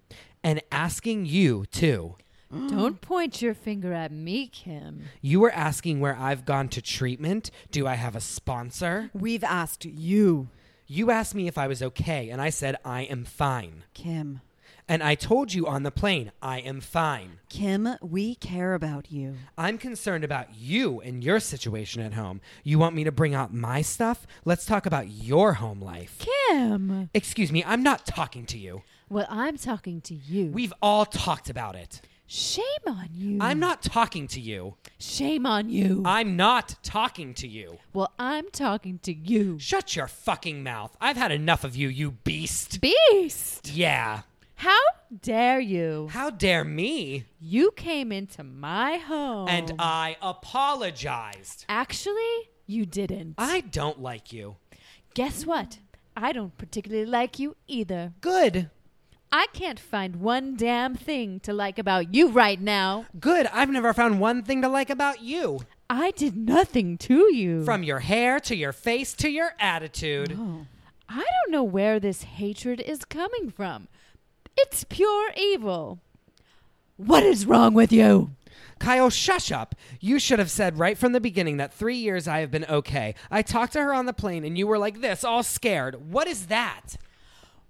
and asking you too.
Don't point your finger at me, Kim.
You were asking where I've gone to treatment. Do I have a sponsor?
We've asked you,
You asked me if I was okay, and I said, I am fine.
Kim.
And I told you on the plane, I am fine.
Kim, we care about you.
I'm concerned about you and your situation at home. You want me to bring out my stuff? Let's talk about your home life.
Kim!
Excuse me, I'm not talking to you.
Well, I'm talking to you.
We've all talked about it.
Shame on you.
I'm not talking to you.
Shame on you.
I'm not talking to you.
well, I'm talking to you.
Shut your fucking mouth. I've had enough of you, you beast.
Beast!
Yeah.
How dare you?
How dare me?
You came into my home.
And I apologized.
actually, you didn't.
I don't like you.
Guess what? I don't particularly like you either.
Good.
I can't find one damn thing to like about you right now.
Good. I've never found one thing to like about you.
I did nothing to you.
From your hair to your face to your attitude.
I don't know where this hatred is coming from. It's pure evil. What is wrong with you?
Kyle, shush up. You should have said right from the beginning that three years I have been okay. I talked to her on the plane and you were like this, all scared. What is that?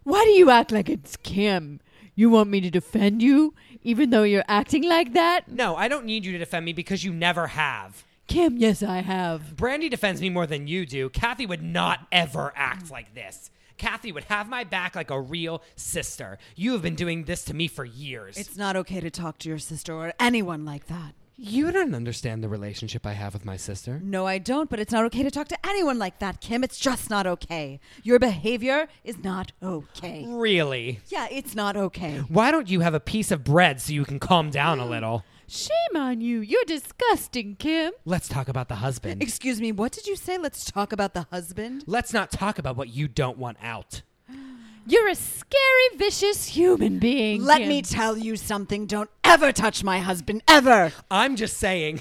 Why do you act like it's Kim? You want me to defend you, even though you're acting like that?
No, I don't need you to defend me because you never have.
Kim, yes, I have.
Brandy defends me more than you do. Kathy would not ever act like this. Kathy would have my back like a real sister. You have been doing this to me for years.
It's not okay to talk to your sister or anyone like that.
you don't understand the relationship I have with my sister.
No, I don't, but it's not okay to talk to anyone like that, Kim. It's just not okay. Your behavior is not okay.
Really?
Yeah, it's not okay.
Why don't you have a piece of bread so you can calm down a little?
Shame on you. You're disgusting, Kim.
Let's talk about the husband.
Excuse me, what did you say? Let's talk about the husband.
Let's not talk about what you don't want out.
You're a scary, vicious human being.
Let
Kim.
me tell you something. Don't ever touch my husband, ever.
I'm just saying.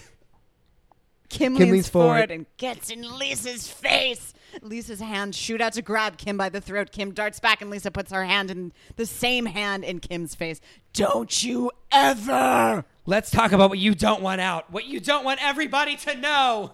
Kim,
Kim
leans,
leans
forward.
forward.
and gets in Lisa's face. Lisa's hands shoot out to grab Kim by the throat. Kim darts back, and Lisa puts her hand in the same hand in Kim's face. Don't you ever.
Let's talk about what you don't want out. What you don't want everybody to know.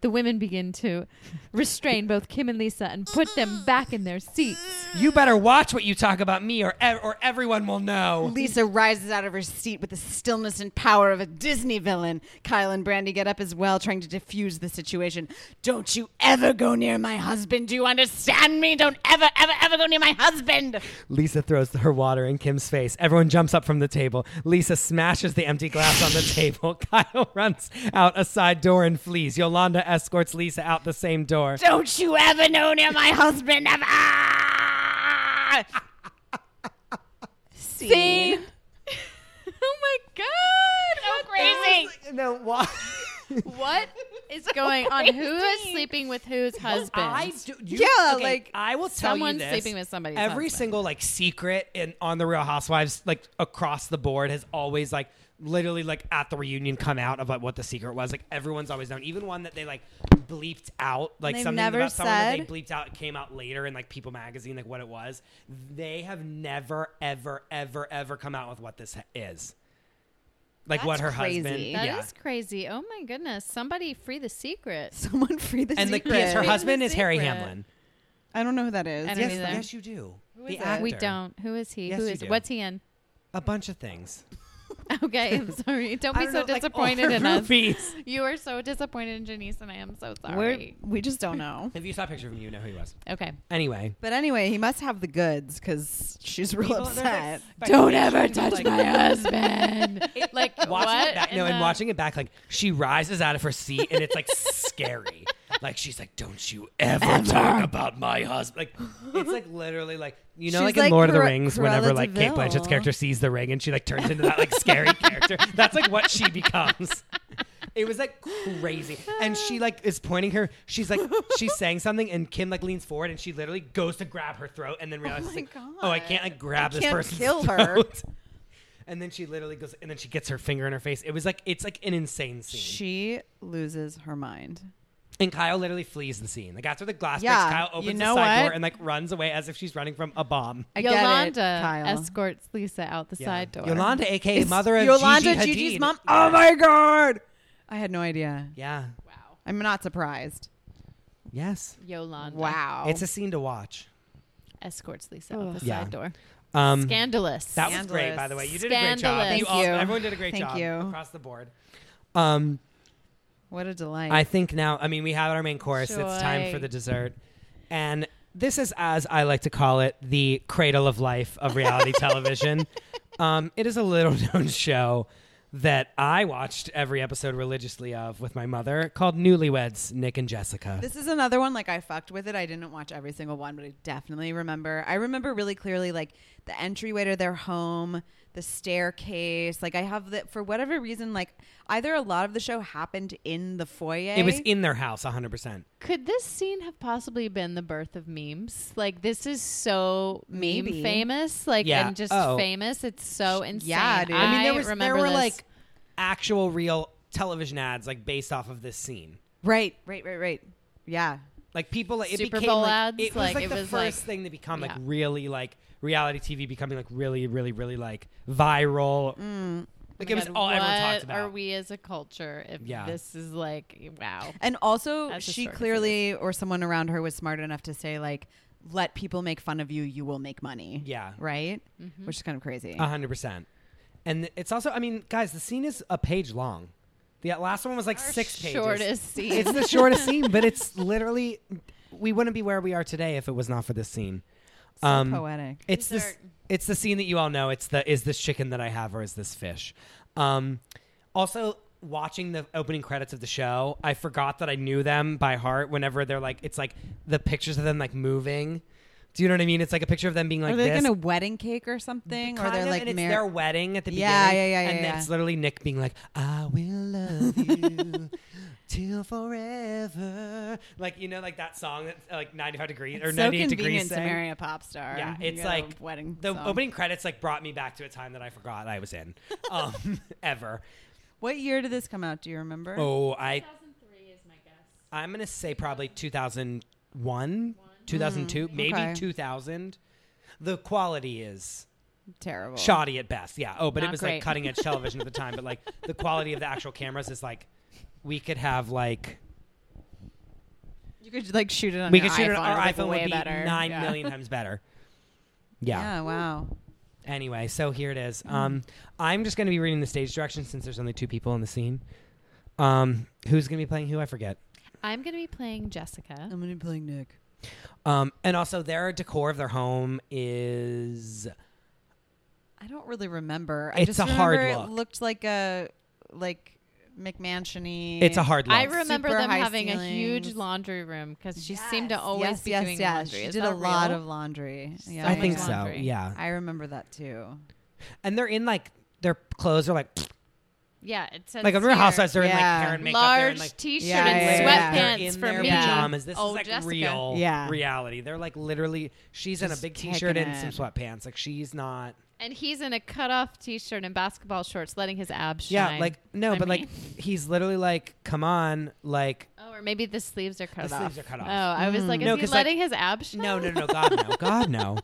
The women begin to restrain both Kim and Lisa and put them back in their seats.
You better watch what you talk about me or ev- or everyone will know.
Lisa rises out of her seat with the stillness and power of a Disney villain. Kyle and Brandy get up as well, trying to defuse the situation. Don't you ever go near my husband. Do you understand me? Don't ever, ever, ever go near my husband.
Lisa throws her water in Kim's face. Everyone jumps up from the table. Lisa smashes the empty glass on the table. Kyle runs out a side door and flees. Yolanda escorts Lisa out the same door.
Don't you ever go near my husband, ever.
Scene. oh my god! So
Crazy.
No, why?
What is going on? Who is sleeping with whose husband?
I do, you,
Yeah,
okay,
like,
I will tell
someone's
you this.
sleeping with somebody's
Every
husband.
single like secret in on the Real Housewives, like across the board, has always like literally like at the reunion come out about what the secret was. Like everyone's always known, even one that they like bleeped out, like
They've
something
never
about someone that they
said?
bleeped out it came out later in like People Magazine, like what it was. They have never, ever, ever, ever come out with what this ha- is. Like what her
That's
husband,
crazy.
That is
yeah.
crazy. Oh my goodness! Somebody free the secret.
Someone free the
and like
secret.
yes, her husband
the
is Harry
secret.
Hamlin.
I don't know who that is.
I don't
Yes,
either.
yes, you do. the
is it?
actor.
We don't. Who is he?
Yes,
Who
you
is?
do.
What's he in?
A bunch of things.
Okay, I'm sorry. Don't
I
be
don't
so
know, like, all
disappointed in us.
Movies.
You are so disappointed in Janice, and I am so
We're,
sorry.
we just don't know.
If you saw a picture of him, you know who he was.
okay.
Anyway.
But anyway, he must have the goods because she's real
People- there's, like,
upset.
Don't
speculation,
ever touch
like-
my husband. like
watching
what?
It back, no,
in
and
the-
watching it back, like she rises out of her seat, and it's like scary. Like she's like, "Don't you ever, talk about my husband!" Like it's like literally like you know,
She's
like in
like
Lord of the
Cruella-
Rings, whenever
Cruella
like
de
Kate Blanchett's
Vil.
character sees the ring and she like turns into that like scary character. That's like what she becomes. It was like crazy, and she like is pointing her. She's like she's saying something, and Kim like leans forward, and she literally goes to grab her throat, and then realizes,
my
like,
God.
"Oh, I can't like grab this
can't
person's
kill her.
throat." And then she literally goes, and then she gets her finger in her face. It was like it's like an insane scene.
She loses her mind.
and Kyle literally flees the scene. Like after the glass
Yeah,
breaks, Kyle
you
opens
know
the side
what?
door and like runs away as if she's running from a bomb.
I
Yolanda
get it, Kyle.
escorts Lisa out the side door.
Yolanda, aka mother of
Yolanda
Gigi
Gigi's
Hadid.
mom. Oh my god! I had no idea.
Yeah.
Wow.
I'm not surprised.
Yes.
Yolanda.
Wow.
It's a scene to watch.
Escorts Lisa out the
Yeah.
side door.
Um,
Scandalous.
that was great,
Scandalous.
by the way. You did a great job.
Scandalous.
You
Thank
all,
you.
everyone did a great
Thank
job
you.
across the board. Um,
what a delight.
I think now, I mean, we have our main course. It's time
Joy.
for the dessert. And this is, as I like to call it, the cradle of life of reality television. Um, it is a little known show that I watched every episode religiously of with my mother called Newlyweds Nick and Jessica.
This is another one like I fucked with it. I didn't watch every single one, but I definitely remember. I remember really clearly like the entryway to their home, the staircase. Like I have the for whatever reason like either a lot of the show happened in the foyer.
it was in their house 100%.
Could this scene have possibly been the birth of memes? Like this is so meme
Maybe.
famous, like
Yeah.
and just
Oh.
famous. It's so insane.
yeah, dude.
I,
I
mean, there was there
remember
were
this.
like actual real television ads like based off of this scene.
right, right, right, right. Yeah.
Like people, like, it
Super
became
Bowl
like,
ads,
It was
like,
like,
it
the
was, like-
first thing to become like
yeah.
really like reality TV becoming like really, really, really like viral. Like it
Oh my
was
God,
all everyone
what
talked about.
Are we as a culture? If
Yeah.
this is like wow,
And also
That's a
she
sort of
clearly or someone around her was smart enough to say like let people make fun of you, you will make money.
Yeah. Mm-hmm. Um,
Right? Which is kind of crazy.
A hundred percent. And it's also, I mean, guys, the scene is a page long. The last one was like six pages.
shortest scene.
It's the shortest scene, but it's literally we wouldn't be where we are today if it was not for this scene. Um,
So poetic.
It's this.
Dessert.
It's the scene that you all know. It's the is this chicken that I have or is this fish? Um, also, watching the opening credits of the show, I forgot that I knew them by heart. Whenever they're like, it's like the pictures of them like moving. Do you know what I mean? It's like a picture of them being like
Are they
this.
gonna wedding cake or something? Or
Kind
they're
of,
like
and it's
mar-
their wedding at the
Yeah,
beginning.
yeah, yeah,
And
yeah,
it's
yeah.
literally Nick being like, "I will love you till forever," like you know, like that song that's uh, like 95 degrees or
It's
98
so
degrees.
convenient to
sang.
marry a pop star.
Yeah,
You
it's
got a
like
wedding.
The
song.
opening credits like brought me back to a time that I forgot I was in, um, ever.
What year did this come out? Do you remember?
Oh, I
2003 is my guess.
I'm gonna say probably 2001, 2002, maybe
Mm, okay.
2000. The quality is
terrible.
shoddy at best. Yeah. Oh, but
Not
it was
great.
like cutting edge television at the time. But like the quality of the actual cameras is like we could have like
You could like shoot it on.
we
your
could shoot
iPhone.
it our
It'd look
iPhone would
way
be nine
better.
million
yeah.
times better.
Yeah.
Yeah.
Wow.
Anyway, so here it is. Um, I'm just going to be reading the stage directions since there's only two people in the scene. Um, who's going to be playing who? I forget.
I'm gonna be playing Jessica.
I'm gonna be playing Nick.
Um, and also their decor of their home is
Oh,
I don't really remember. I
It's
just
a hard
remember
look.
It looked like a like McMansiony.
it's a hard look.
I remember
Super
them
high
having a huge
ceilings.
laundry room because she seemed to
Yes,
always
yes,
be
yes,
doing
yes.
laundry.
She
Is
did
that
a lot
real?
of laundry. Yeah,
I
like
think
a
so.
laundry.
Yeah.
I remember that too.
And they're in like their clothes are like
Yeah, it says
like on Real
here,
Housewives they're in like
Yeah.
hair and makeup. they're in,
large
like,
T-shirt
Yeah,
and
yeah,
They're
sweatpants
in
for
their
me.
pajamas. This
oh,
is like
Jessica.
real
Yeah.
reality. They're like literally she's in a
Just
big
taking
t-shirt and
it.
some sweatpants. Like she's not.
And he's in a cutoff T-shirt and basketball shorts, letting his abs
Yeah,
shine.
like no,
I
but
mean-
like he's literally like, come on, like
oh, or maybe the sleeves are cut
The
off.
sleeves are cut off. Mm.
Oh, I was like, is
No,
he
'cause, like-
letting his abs shine?
no, no, no, God no, God no.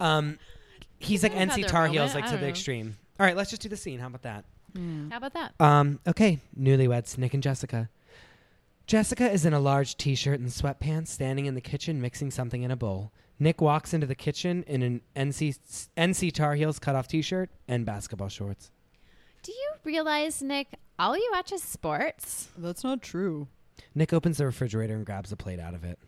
Um, he's like
They had
NC
their
Tar
moment.
Heels, like
I
to
don't
the
know.
extreme. All right, let's just do the scene. How about that?
How about that?
Um, okay, newlyweds, Nick and Jessica. Jessica is in a large t shirt and sweatpants, standing in the kitchen mixing something in a bowl. Nick walks into the kitchen in an NC, s- NC Tar Heels cutoff t shirt and basketball shorts.
Do you realize, Nick, all you watch is sports?
That's not true.
Nick opens the refrigerator and grabs a plate out of it.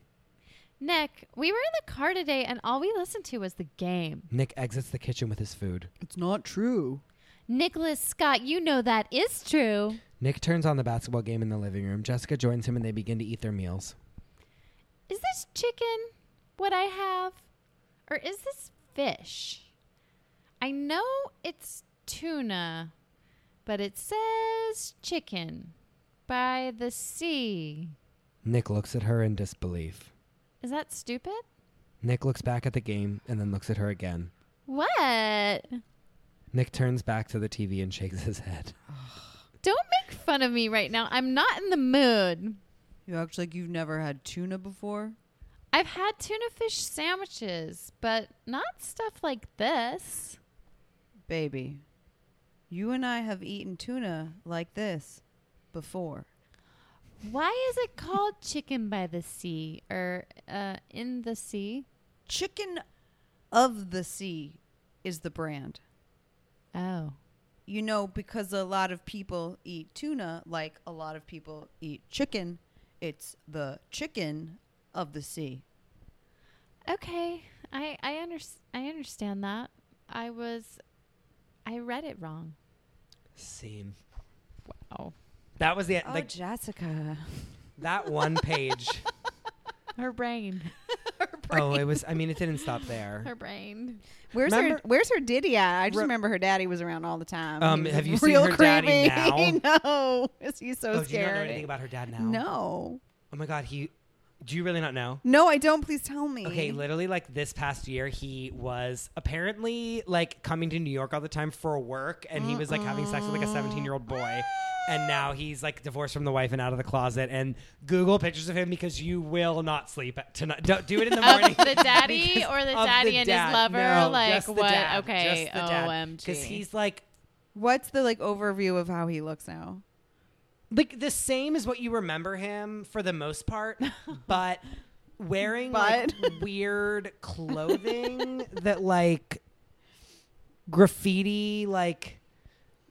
Nick, we were in the car today and all we listened to was the game.
Nick exits the kitchen with his food.
It's not true.
Nicholas Scott, you know that is true.
Nick turns on the basketball game in the living room. Jessica joins him and they begin to eat their meals.
Is this chicken what I have? Or is this fish? I know it's tuna, but it says chicken by the sea.
Nick looks at her in disbelief.
Is that stupid?
Nick looks back at the game and then looks at her again.
What?
Nick turns back to the TV and shakes his head.
Don't make fun of me right now. I'm not in the mood.
You act like you've never had tuna before.
I've had tuna fish sandwiches, but not stuff like this.
Baby, you and I have eaten tuna like this before.
Why is it called chicken by the sea or uh, in the sea?
Chicken of the Sea is the brand.
Oh.
You know, because a lot of people eat tuna like a lot of people eat chicken, it's the chicken of the sea.
Okay, I I, under, I understand that. I was, I read it wrong.
Same.
Wow.
That was the e,
Oh,
like
Jessica.
that one page.
Her brain.
oh, it was. I mean, it didn't stop there.
Her brain.
Where's her
Remember-
Where's her ditty at? I just
Re-
remember her daddy was around all the time.
Um,
He was
have you seen
real
her daddy
creepy. no, is he so
oh, do you not know
scary?
anything about her dad now?
no,
Oh my god, he. Do you really not know?
no, I don't. Please tell me.
Okay,
Mm-hmm.
literally like this past year, he was apparently like coming to New York all the time for work, and he was like having sex with like a 17 year old boy. And now he's like divorced from the wife and out of the closet. And Google pictures of him because you will not sleep at- tonight. Don't do it in the morning.
Of the daddy
Because
or the
of
daddy and
dad.
his lover?
No,
like
just the
what?
dad,
okay.
just the dad. Because
OMG.
he's like
what's the like overview of how he looks now?
like the same as what you remember him for the most part, but wearing
But.
like weird clothing that like graffiti like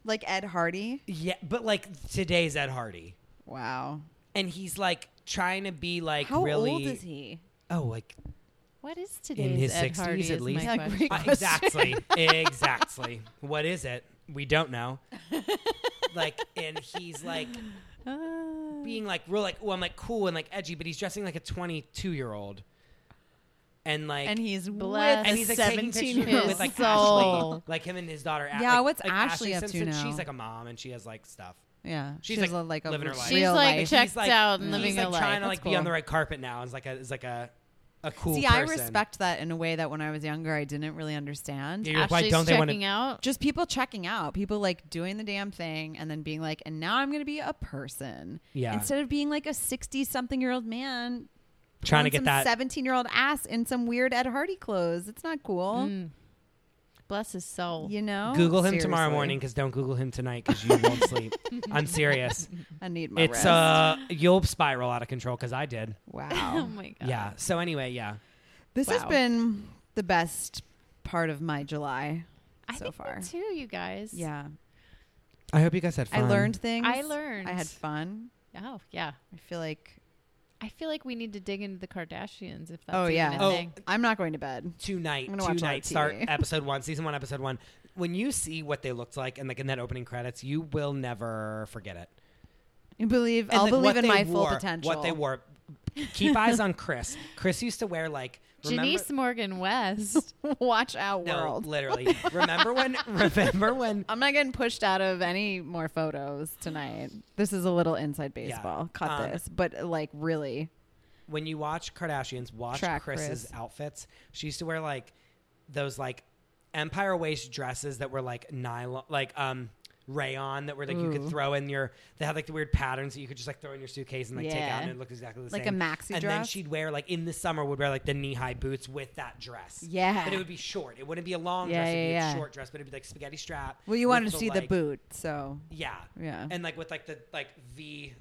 Like Ed Hardy.
yeah, but like today's Ed Hardy.
Wow.
And he's like trying to be like
how
really
old is he?
Oh, like
what is today's
his
Ed
60s
Hardy
at
is my
least?
Yeah,
question.
great
uh,
question.
exactly. exactly. What is it? We don't know. like and he's like being like real like oh I'm like cool and like edgy, but he's dressing like a 22 year old, and like
and he's
Bless
blessed.
and he's like taking pictures of
year
her
old
with like Ashley,
soul.
like him and his daughter. A-
Yeah,
like-
what's
like
Ashley up
Simpson,
to now?
She's like a mom and she has like stuff.
yeah,
She's,
she's
like,
a, like a
living her life.
She's
real
like
life.
check-
checked
He's like-
out and
He's
living
like
a life.
trying to like
That's
be
cool.
on the red carpet now. Is like a is like a a cool.
See, I
person.
respect that in a way that when I was younger, I didn't really understand.
Yeah, you're like, why
Ashley's
don't they want
checking out.
just people checking out, people like doing the damn thing and then being like, and now I'm going to be a person.
Yeah.
Instead of being like a 60 something year old man
trying to
on
get
some
that
17 year old ass in some weird Ed Hardy clothes. It's not cool.
Mm. Bless his soul.
You know?
Mm. Google him tomorrow
Seriously.
morning because don't Google him tonight because you won't sleep. I'm serious.
I need my
It's
rest.
uh, you'll spiral out of control because I did.
Oh
wow.
my god.
Yeah. So anyway, yeah.
this has
Wow.
been the best part of my July
I
so
think
far.
Me too, you guys.
Yeah.
I hope you guys had
I learned things.
I learned.
I had fun.
Oh yeah.
I feel like,
I feel like we need to dig into the Kardashians if that's
oh,
even
yeah.
a
Oh.
thing.
I'm not going to bed.
tonight.
I'm gonna watch a
Tonight.
lot of
Start
TV.
episode one, season one, episode one. When you see what they looked like and like in that opening credits, you will never forget it.
You believe,
And
I'll
like, what
believe in
they
my
wore-
full potential.
What they wore. Keep eyes on Chris. Chris used to wear like remember-
Janice Morgan West.
Watch out,
No,
world.
literally. Remember when? Remember when?
I'm not getting pushed out of any more photos tonight. This is a little inside baseball. Cut
Um,
this, but like really,
when you watch Kardashians, watch
Track
Chris's
Chris.
outfits. She used to wear like those like empire waist dresses that were like nylon, like um rayon that were like you
Ooh.
could throw in your. They had like the weird patterns that you could just like throw in your suitcase and like take
Yeah.
out and it looked exactly the
Like a
same.
maxi
and then
dress?
she'd wear like in the summer would wear like the knee high boots with that dress.
Yeah.
but it would be short. It wouldn't be a long
Yeah,
dress. It'd
yeah,
be
yeah.
a short dress, but it'd be like spaghetti strap.
well, you
with
wanted to see the
like-
boot, so
Yeah,
Yeah.
and like with like the like V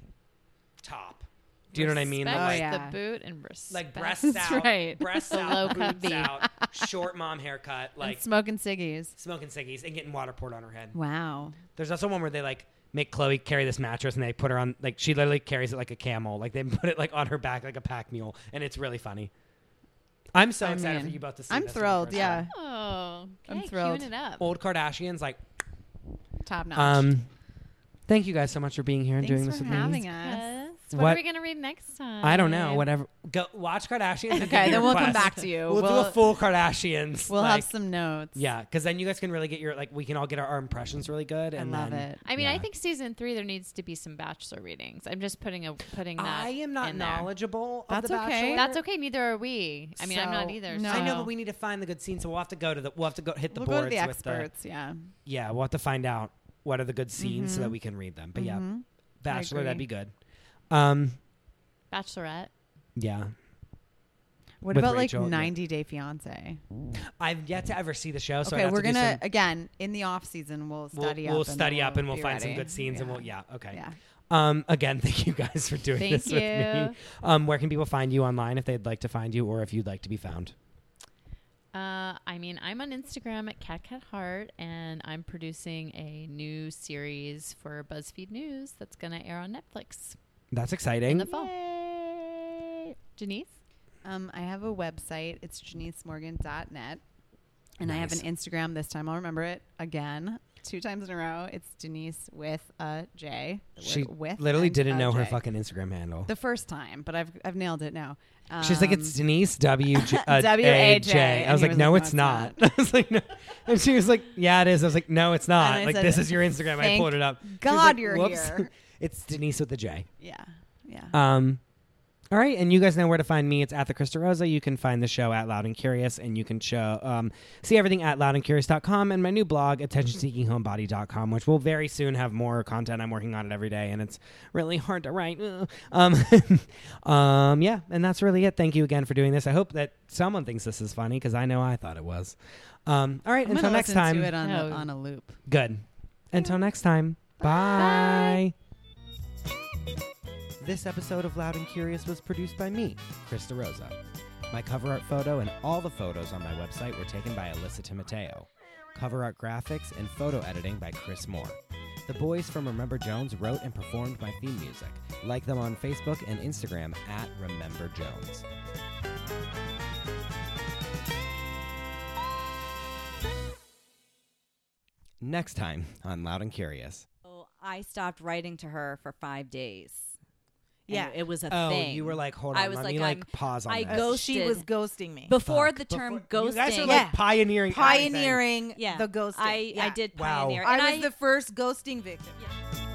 top Do you know what I mean?
Respect
Like,
Oh, yeah.
the boot and respect.
like breasts
That's
out,
right.
breasts
The
out,
low cut
boobs
V.
out, short mom haircut, like
and smoking ciggies.
smoking ciggies and getting water poured on her head.
Wow.
There's also one where they like make Chloe carry this mattress and they put her on like she literally carries it like a camel. Like they put it like on her back like a pack mule, and it's really funny. I'm so
I
excited for
mean,
you both to see.
I'm
this for the
thrilled,
first
yeah.
time.
Oh,
I'm
okay,
thrilled.
Queuing it up.
Old Kardashians, like,
Top notch.
um, thank you guys so much for being here and
Thanks
doing
for
this with
having
me.
us.
Yes. What,
What-
are we gonna read next time?
I don't know, whatever. Go watch Kardashians. and give
Okay,
me
then we'll come
requests.
back to you.
We'll, do a full Kardashians.
we'll
like-
have some notes.
Yeah, because then you guys can really get your like we can all get our, our impressions really good.
I
And
love
then-
it.
I mean, I
Yeah.
think season three there needs to be some bachelor readings. I'm just putting a putting that.
I am not
in there.
knowledgeable.
That's
of the
okay.
Bachelor.
That's okay. Neither are we. I mean, I'm not
So,
either.
no.
So.
I know, but we need to find the good scenes, so we'll have to go to the we'll have to go hit the
We'll
boards
go to the
with the-
experts. yeah.
yeah, we'll have to find out what are the good scenes so that we can read them. But yeah, Bachelor, that'd
Mm-hmm. agree.
be good. Um,
Bachelorette.
yeah,
What
With
about
Rachel, yeah.
like 90 Day Fiance?
I've yet to ever see the show, so I'd
okay,
have
we're
Oh, to do
gonna
some-
again in the off season. We'll
we'll,
study up.
we'll
and
study up and we'll
be
find some
ready.
good scenes, and we'll yeah, okay.
Yeah.
Um, again, thank you guys for doing
Thank
this with
you.
me. Um, where can people find you online if they'd like to find you or if you'd like to be found?
Uh, I mean, I'm on Instagram at catcatheart, and I'm producing a new series for BuzzFeed News that's going to air on Netflix
That's
in
exciting.
the fall. Janice?
Um, I have a website. It's janisemorgan.net. And I have an
Nice.
Instagram. This time I'll remember it again. Two times in a row. It's Denise with a J. The
she
word with
literally
and
didn't
a
know her
J.
fucking Instagram handle.
the first time, but I've I've nailed it now.
She's like, it's
Um,
Denise W J- uh,
W
A
A
J.
J.
I
And
was
he
like,
was
no,
like,
it's not. I was like, no. And she was like, yeah, it is. I was like, no, it's not.
I
Like,
said,
this is your Instagram. I
"Thank
pulled it up. She was
Um, God
like,
you're
"Whoops."
here.
it's Denise with the J.
yeah, yeah.
Um, all right, and you guys know where to find me. It's at the Crystal Rosa. You can find the show at Loud and Curious, and you can show um, see everything at loudandcurious.com and my new blog, attentionseekinghomebody.com, which will very soon have more content. I'm working on it every day, and it's really hard to write. Ugh. Um, um, yeah, and that's really it. Thank you again for doing this. I hope that someone thinks this is funny because I know I thought it was. Um, all right,
I'm
until
gonna
next
listen
time.
to it on,
No.
a, on a loop.
Good. Until next time. Bye.
Bye.
This episode of Loud and Curious was produced by me, Chris DeRosa. My cover art photo and all the photos on my website were taken by Alyssa Timoteo. Cover art graphics and photo editing by Chris Moore. The boys from Remember Jones wrote and performed my theme music. Like them on Facebook and Instagram at Remember Jones. Next time on Loud and Curious.
So I stopped writing to her for five days. And
Yeah.
it was a
oh,
thing.
you were like, hold on,
I was
let
like,
me like
I'm-
pause on
I
this.
Uh, She was
Ghosted.
ghosting me.
before
Fuck.
the term
Before-
ghosting.
You guys are like
Yeah.
pioneering. everything.
pioneering
Yeah.
the ghosting.
I, I
Yeah.
did
Wow.
pioneer.
I
and
was the first ghosting victim.
Yeah.